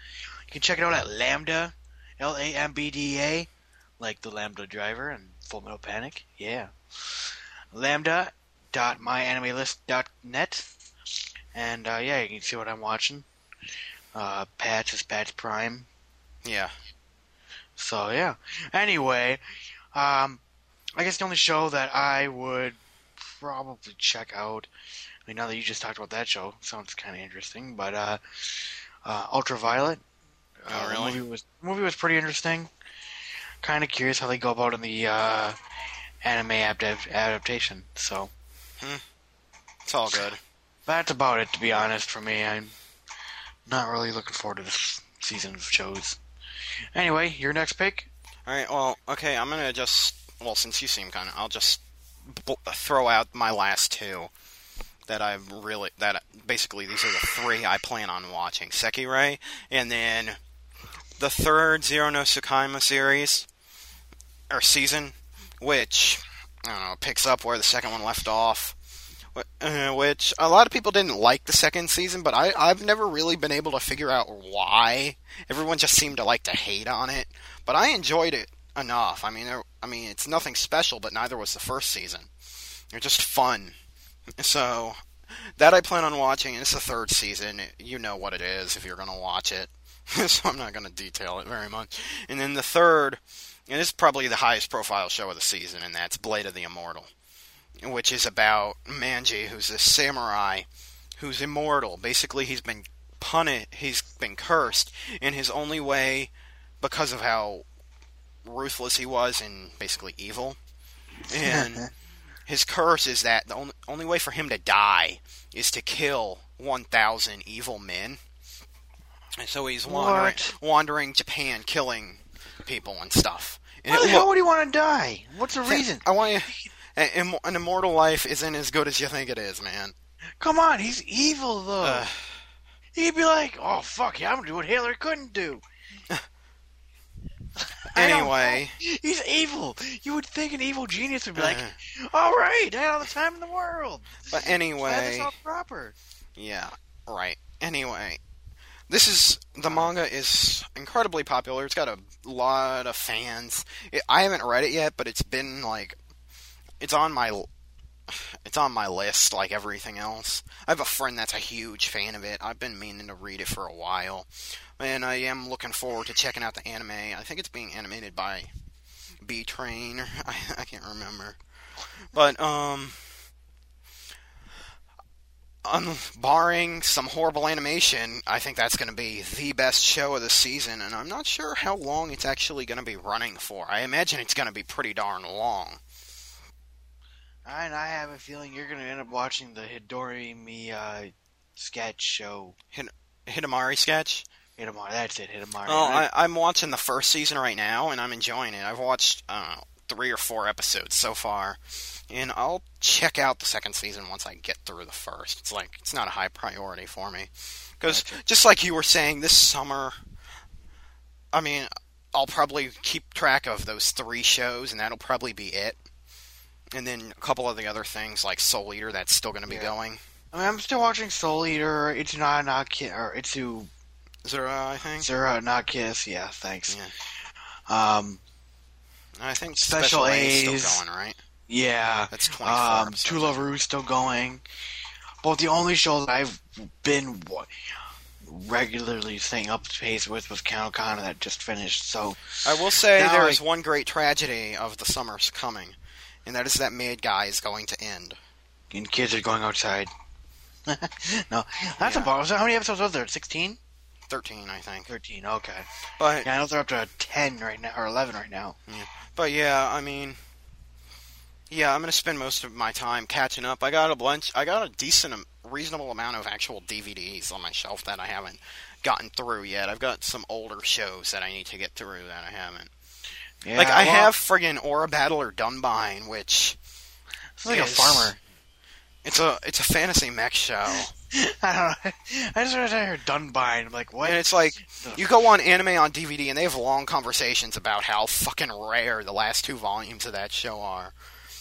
Speaker 2: You can check it out at Lambda, L A M B D A, like the Lambda driver and Full Metal Panic. Yeah. Lambda.myanimellist.net. And uh, yeah, you can see what I'm watching. Uh, Patch is Patch Prime.
Speaker 3: Yeah.
Speaker 2: So yeah. Anyway, um, I guess the only show that I would probably check out. I mean, now that you just talked about that show, sounds kind of interesting. But uh, uh, Ultraviolet.
Speaker 3: Oh,
Speaker 2: uh,
Speaker 3: really?
Speaker 2: The movie was movie was pretty interesting. Kind of curious how they go about in the uh, anime adapt- adaptation. So
Speaker 3: It's all good.
Speaker 2: that's about it, to be honest, for me. I'm not really looking forward to this season of shows. Anyway, your next pick.
Speaker 3: All right. Well, okay. I'm gonna just well, since you seem kind of, I'll just bl- throw out my last two that I really that basically these are the three I plan on watching: Sekirai, and then the third Zero No Tsukaima series or season, which I don't know picks up where the second one left off. wh- uh, Which a lot of people didn't like the second season, but I, I've never really been able to figure out why. Everyone just seemed to like to hate on it but I enjoyed it enough. I mean, there, I mean, it's nothing special, but neither was the first season. They're just fun. So that I plan on watching, and it's the third season. You know what it is if you're gonna watch it, so I'm not gonna detail it very much. And then the third, and it's probably the highest profile show of the season, and that's Blade of the Immortal, which is about Manji, who's this samurai who's immortal. Basically, he's been punished, he's been cursed, and his only way because of how ruthless he was and basically evil. And his curse is that the only, only way for him to die is to kill 1,000 evil men. And so he's wandering,
Speaker 2: What?
Speaker 3: wandering Japan, killing people and stuff. And
Speaker 2: Why
Speaker 3: it
Speaker 2: the hell
Speaker 3: look-
Speaker 2: would he want to die? What's the reason?
Speaker 3: I want you. an- An an immortal life isn't as good as you think it is, man.
Speaker 2: Come on, he's evil though.
Speaker 3: Ugh.
Speaker 2: He'd be like, "Oh fuck yeah, I'm gonna do what Hitler couldn't do." I don't
Speaker 3: Anyway,
Speaker 2: know. he's evil. You would think an evil genius would be like,
Speaker 3: Uh.
Speaker 2: "All right, I had all the time in the world.
Speaker 3: but
Speaker 2: I had this
Speaker 3: anyway,
Speaker 2: all proper."
Speaker 3: yeah, right. Anyway, this is the manga is incredibly popular. It's got a lot of fans. It, I haven't read it yet, but it's been like, it's on my, l- it's on my list like everything else. I have a friend that's a huge fan of it. I've been meaning to read it for a while, and I am looking forward to checking out the anime. I think it's being animated by B Train. I, I can't remember, but um. Um, barring some horrible animation, I think that's going to be the best show of the season, and I'm not sure how long it's actually going to be running for. I imagine it's going to be pretty darn long.
Speaker 2: And I have a feeling you're gonna end up watching the Hidori Miya sketch show.
Speaker 3: Hitamari sketch?
Speaker 2: Hitamari, that's it. Hitamari.
Speaker 3: Oh, I, I'm watching the first season right now, and I'm enjoying it. I've watched uh, three or four episodes so far, and I'll check out the second season once I get through the first. It's like it's not a high priority for me, because just like you were saying, this summer, I mean, I'll probably keep track of those three shows, and that'll probably be it. And then a couple of the other things like Soul Eater, that's still going to be
Speaker 2: Yeah.
Speaker 3: going.
Speaker 2: I mean, I'm still watching Soul Eater. It's not not ki- or it's who
Speaker 3: Zero, uh, I think.
Speaker 2: Zero, not Kiss. Yeah, thanks. Um,
Speaker 3: I think
Speaker 2: Special
Speaker 3: Special, A is
Speaker 2: A's.
Speaker 3: still going, right?
Speaker 2: yeah.
Speaker 3: That's 24
Speaker 2: Um,
Speaker 3: episodes.
Speaker 2: Two Love Roo's still going. But the only show that I've been wa- regularly staying up to pace with was Count Connor that just finished. So
Speaker 3: I will say
Speaker 2: Now
Speaker 3: there
Speaker 2: I-
Speaker 3: is one great tragedy of the summer's coming, and that is that Maid Guy is going to end.
Speaker 2: and kids are going outside. no, that's a
Speaker 3: Yeah.
Speaker 2: bummer. So how many episodes was there? 16?
Speaker 3: 13, I think.
Speaker 2: 13, okay.
Speaker 3: But
Speaker 2: Yeah, I know they're up to 10 right now, or 11 right now.
Speaker 3: but yeah, I mean, Yeah, I'm gonna spend most of my time catching up. I got a bunch. I got a decent, am- reasonable amount of actual DVDs on my shelf that I haven't gotten through yet. I've got some older shows that I need to get through that I haven't.
Speaker 2: Yeah,
Speaker 3: like I
Speaker 2: well,
Speaker 3: have friggin' Aura Battler Dunbine, which
Speaker 2: It's like a
Speaker 3: is-
Speaker 2: farmer.
Speaker 3: It's a it's a fantasy mech show.
Speaker 2: I don't know. I just heard I heard Dunbine. I'm like, what?
Speaker 3: And it's like you go on anime on DVD and they have long conversations about how fucking rare the last two volumes of that show are.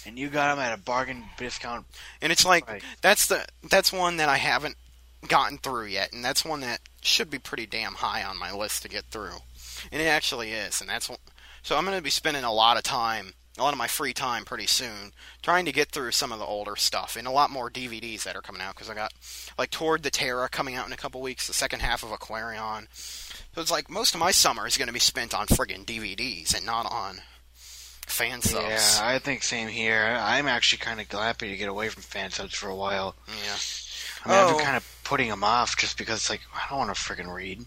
Speaker 2: and you got them at a bargain discount.
Speaker 3: And it's like
Speaker 2: Right.
Speaker 3: that's the that's one that I haven't gotten through yet and that's one that should be pretty damn high on my list to get through. And it actually is and that's one, so I'm going to be spending a lot of time a lot of my free time pretty soon trying to get through some of the older stuff and a lot more DVDs that are coming out cuz I got like Toward the Terra coming out in a couple weeks, the second half of Aquarion. So it's like most of my summer is going to be spent on friggin' DVDs and not on fan subs.
Speaker 2: Yeah, I think same here. I'm actually kind of happy to get away from fan subs for a while.
Speaker 3: yeah.
Speaker 2: I mean, I've
Speaker 3: Oh.
Speaker 2: been kind of putting them off just because, like, I don't want to freaking read.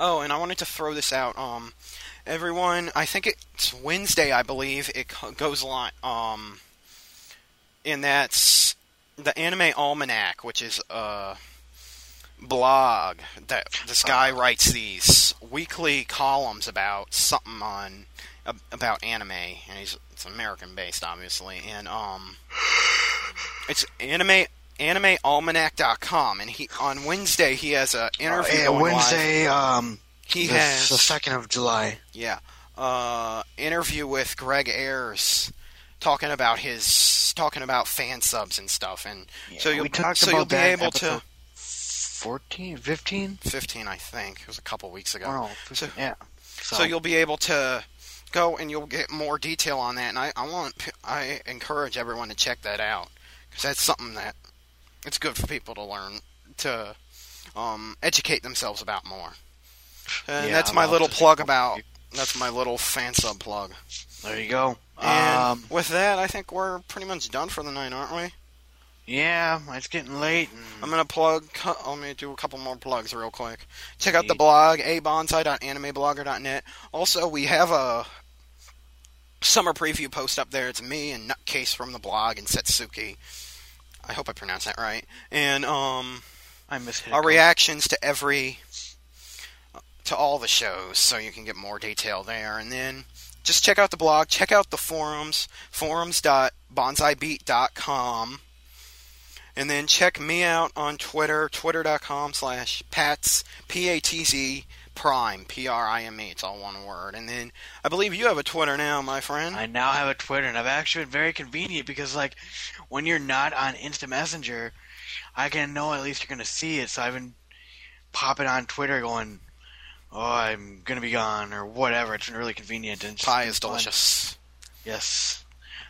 Speaker 3: Oh, and I wanted to throw this out. Um, everyone, I think it's Wednesday, I believe. It co- goes live. Um, and that's the Anime Almanac, which is a blog that this guy
Speaker 2: Uh-huh.
Speaker 3: writes these weekly columns about something on ab- about anime, and he's it's American based, obviously, and um, it's anime animealmanac.com and he on Wednesday he has a interview
Speaker 2: Oh, yeah,
Speaker 3: going live.
Speaker 2: Wednesday, um,
Speaker 3: He
Speaker 2: the,
Speaker 3: has
Speaker 2: the second of July.
Speaker 3: yeah, uh, interview with Greg Ayers, talking about his talking about fan subs and stuff, and so you'll
Speaker 2: we talked
Speaker 3: so
Speaker 2: about
Speaker 3: you'll be
Speaker 2: that in
Speaker 3: able to
Speaker 2: episode 14, 15?
Speaker 3: fifteen, I think, it was a couple weeks ago.
Speaker 2: Oh, no,
Speaker 3: So-
Speaker 2: 15, yeah.
Speaker 3: so. you'll be able to go and you'll get more detail on that, and I, I want p- I encourage everyone to check that out because that's something that it's good for people to learn to um, educate themselves about more. And
Speaker 2: Yeah,
Speaker 3: that's
Speaker 2: I'm
Speaker 3: my
Speaker 2: out
Speaker 3: little
Speaker 2: to-
Speaker 3: plug about. That's my little fan sub plug.
Speaker 2: there you go.
Speaker 3: And
Speaker 2: Um,
Speaker 3: with that, I think we're pretty much done for the night, aren't we?
Speaker 2: yeah, it's getting late. and-
Speaker 3: I'm gonna plug. I'm gonna do a couple more plugs real quick. Check out the
Speaker 2: Yeah.
Speaker 3: blog abonsai.animeblogger.net. Also, we have a summer preview post up there. It's me and Nutcase from the blog and Setsuki. I hope I pronounced that right. And um,
Speaker 2: I miss it.
Speaker 3: our reactions to every to all the shows so you can get more detail there and then just check out the blog check out the forums forums.bonsaibeat.com and then check me out on twitter twitter.com slash pats p-a-t-z prime p-r-i-m-e E, it's all one word and then i believe you have a twitter now my friend
Speaker 2: I now have a Twitter, and I've actually been very convenient because, like, when you're not on Instant Messenger, I can know at least you're gonna see it. So I've been popping on Twitter, going, "Oh, I'm gonna be gone" or whatever. It's been really convenient. And it's
Speaker 3: pie
Speaker 2: been
Speaker 3: is
Speaker 2: fun.
Speaker 3: delicious
Speaker 2: Yes,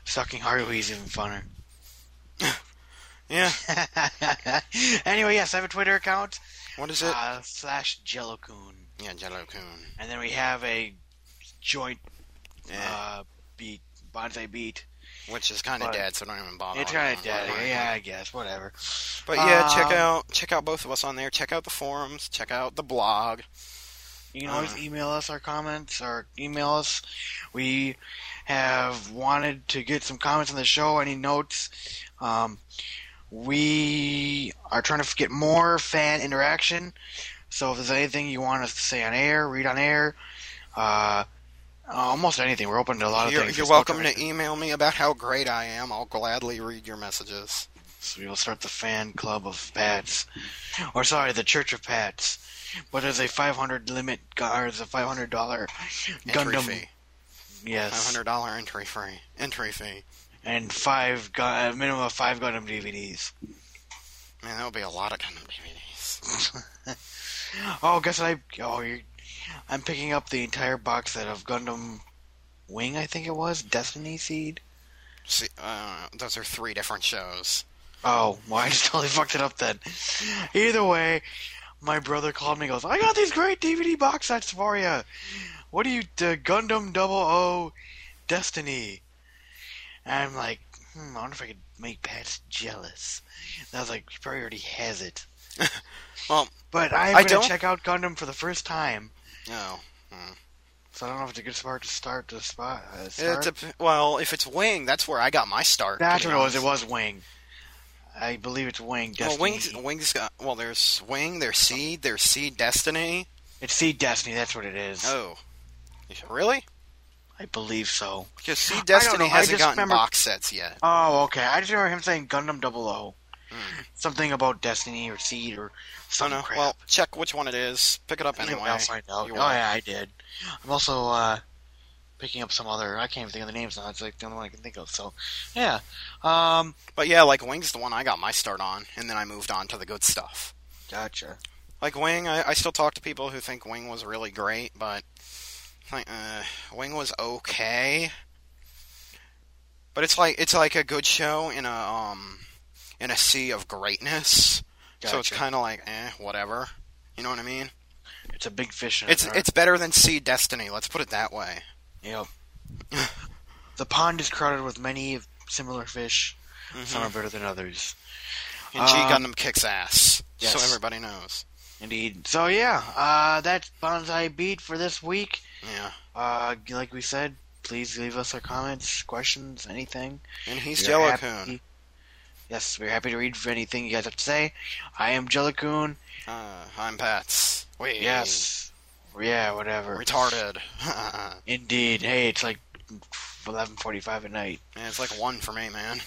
Speaker 2: sucking Harley is even funner.
Speaker 3: yeah
Speaker 2: anyway, yes, I have a Twitter account
Speaker 3: what is it
Speaker 2: uh, slash Jellocoon,
Speaker 3: yeah jello coon
Speaker 2: and then we have a joint
Speaker 3: yeah,
Speaker 2: uh, beat bonsai beat.
Speaker 3: which is kind of
Speaker 2: but-
Speaker 3: dead so don't even bother
Speaker 2: It's
Speaker 3: with
Speaker 2: kind
Speaker 3: that.
Speaker 2: of dead. Yeah, I guess whatever.
Speaker 3: But yeah, check
Speaker 2: Um,
Speaker 3: out check out both of us on there. Check out the forums. Check out the blog.
Speaker 2: You can always
Speaker 3: Uh.
Speaker 2: email us our comments or email us. We have wanted to get some comments on the show, any notes. Um, we are trying to get more fan interaction. So if there's anything you want us to say on air, read on air, uh, almost anything. We're open to a lot of
Speaker 3: You're,
Speaker 2: things.
Speaker 3: you're
Speaker 2: Just
Speaker 3: welcome
Speaker 2: go
Speaker 3: to email me about how great I am. I'll gladly read your messages.
Speaker 2: So we will start the fan club of Pats, or sorry, the Church of Pats. But there's a 500 limit, or there's a 500 dollar
Speaker 3: Entry
Speaker 2: Gundam.
Speaker 3: fee,
Speaker 2: Yes.
Speaker 3: five hundred dollar entry fee. Entry fee.
Speaker 2: and five gu- a minimum of five Gundam DVDs.
Speaker 3: Man, that would be a lot of Gundam DVDs.
Speaker 2: Oh, guess what I oh you're I'm picking up the entire box set of Gundam Wing, I think it was Destiny Seed.
Speaker 3: See, uh, those are three different shows.
Speaker 2: Oh, well, I just totally fucked it up then. Either way, my brother called me. and Goes, I got these great DVD box sets for you. What do you uh, Gundam Double O Destiny? And I'm like, hmm, I wonder if I could make Pat jealous. And I was like, he probably already has it.
Speaker 3: Well,
Speaker 2: But I'm
Speaker 3: I
Speaker 2: gonna
Speaker 3: don't-
Speaker 2: check out Gundam for the first time.
Speaker 3: no.
Speaker 2: So I don't know if it's a good spot to start the spot. Uh, start.
Speaker 3: It's a, well, if it's wing, that's where I got my start. to
Speaker 2: That's
Speaker 3: be
Speaker 2: what it was.
Speaker 3: honest.
Speaker 2: It was Wing. I believe it's Wing. Destiny.
Speaker 3: Well, wings, wings. Got, well, there's wing. There's seed. There's seed destiny.
Speaker 2: It's Seed Destiny. That's what it is.
Speaker 3: Oh, really?
Speaker 2: I believe so.
Speaker 3: Because seed
Speaker 2: know,
Speaker 3: destiny
Speaker 2: I
Speaker 3: hasn't
Speaker 2: just
Speaker 3: gotten
Speaker 2: remember-
Speaker 3: box sets yet.
Speaker 2: Oh, okay. I just remember him saying Gundam 00. Something about Destiny or Seed or
Speaker 3: Oh
Speaker 2: some
Speaker 3: no.
Speaker 2: crap.
Speaker 3: Well, check which one it is. Pick it up
Speaker 2: Anyway,
Speaker 3: anyway.
Speaker 2: I'll find out.
Speaker 3: You
Speaker 2: Oh
Speaker 3: will.
Speaker 2: yeah, I did. I'm also uh, picking up some other. I can't even think of the names now. It's like the only one I can think of. So, yeah. Um,
Speaker 3: But yeah, like wings, the one I got my start on, and then I moved on to the good stuff.
Speaker 2: gotcha.
Speaker 3: Like wing, I, I still talk to people who think wing was really great, but like, uh, wing was okay. But it's like it's like a good show in a um in a sea of greatness. So it's
Speaker 2: Gotcha.
Speaker 3: kind of like eh, whatever. You know what I mean?
Speaker 2: It's a big fish. In a
Speaker 3: It's
Speaker 2: jar.
Speaker 3: it's better than Sea Destiny. Let's put it that way.
Speaker 2: Yep. the pond is crowded with many similar fish. Some are better than others.
Speaker 3: And G
Speaker 2: Uh,
Speaker 3: Gundam kicks ass, so
Speaker 2: yes.
Speaker 3: everybody knows.
Speaker 2: Indeed. So yeah, uh, that's Bonsai Beat for this week.
Speaker 3: Yeah.
Speaker 2: Uh, like we said, please leave us our comments, questions, anything.
Speaker 3: And he's
Speaker 2: We are
Speaker 3: Jello
Speaker 2: happy- Yes, we're happy to read for anything you guys have to say. I am Jellicoon.
Speaker 3: Uh, I'm Pats. Wait.
Speaker 2: Yes. Yeah, whatever.
Speaker 3: Retarded.
Speaker 2: Indeed. Hey, it's like 11:45 at night.
Speaker 3: Man, it's like one for me, man.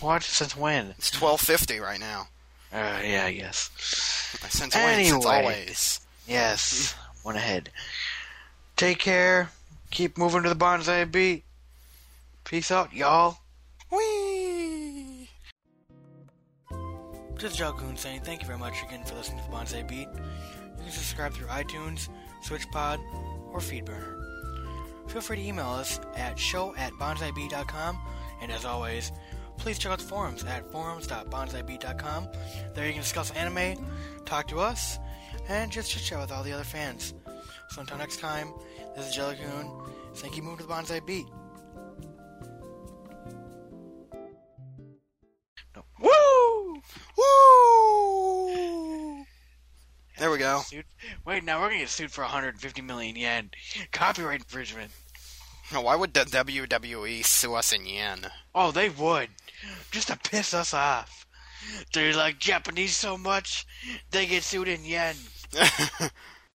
Speaker 2: What? Since when?
Speaker 3: It's twelve fifty right now.
Speaker 2: Uh, yeah, I guess.
Speaker 3: Since when? Since
Speaker 2: Anyway.
Speaker 3: always.
Speaker 2: Yes. Went ahead. Take care. Keep moving to the bonsai beat. Peace out, y'all.
Speaker 3: Whee!
Speaker 2: Just Jalgoon saying thank you very much again for listening to the Bonsai Beat. You can subscribe through iTunes, SwitchPod, or FeedBurner. Feel free to email us at show at bonsaibeat.com, and as always, please check out the forums at forums.bonsaibeat.com. There you can discuss anime, talk to us, and just chit chat with all the other fans. So until next time, this is Jellicoon. Thank you, move to the Bonsai Beat. Woo!
Speaker 3: Woo! There we go.
Speaker 2: Sued- Wait, now we're gonna get sued for 150 million yen. Copyright infringement.
Speaker 3: Now, Why would the WWE sue us in yen?
Speaker 2: Oh, they would. Just to piss us off. They like Japanese so much, they get sued in yen.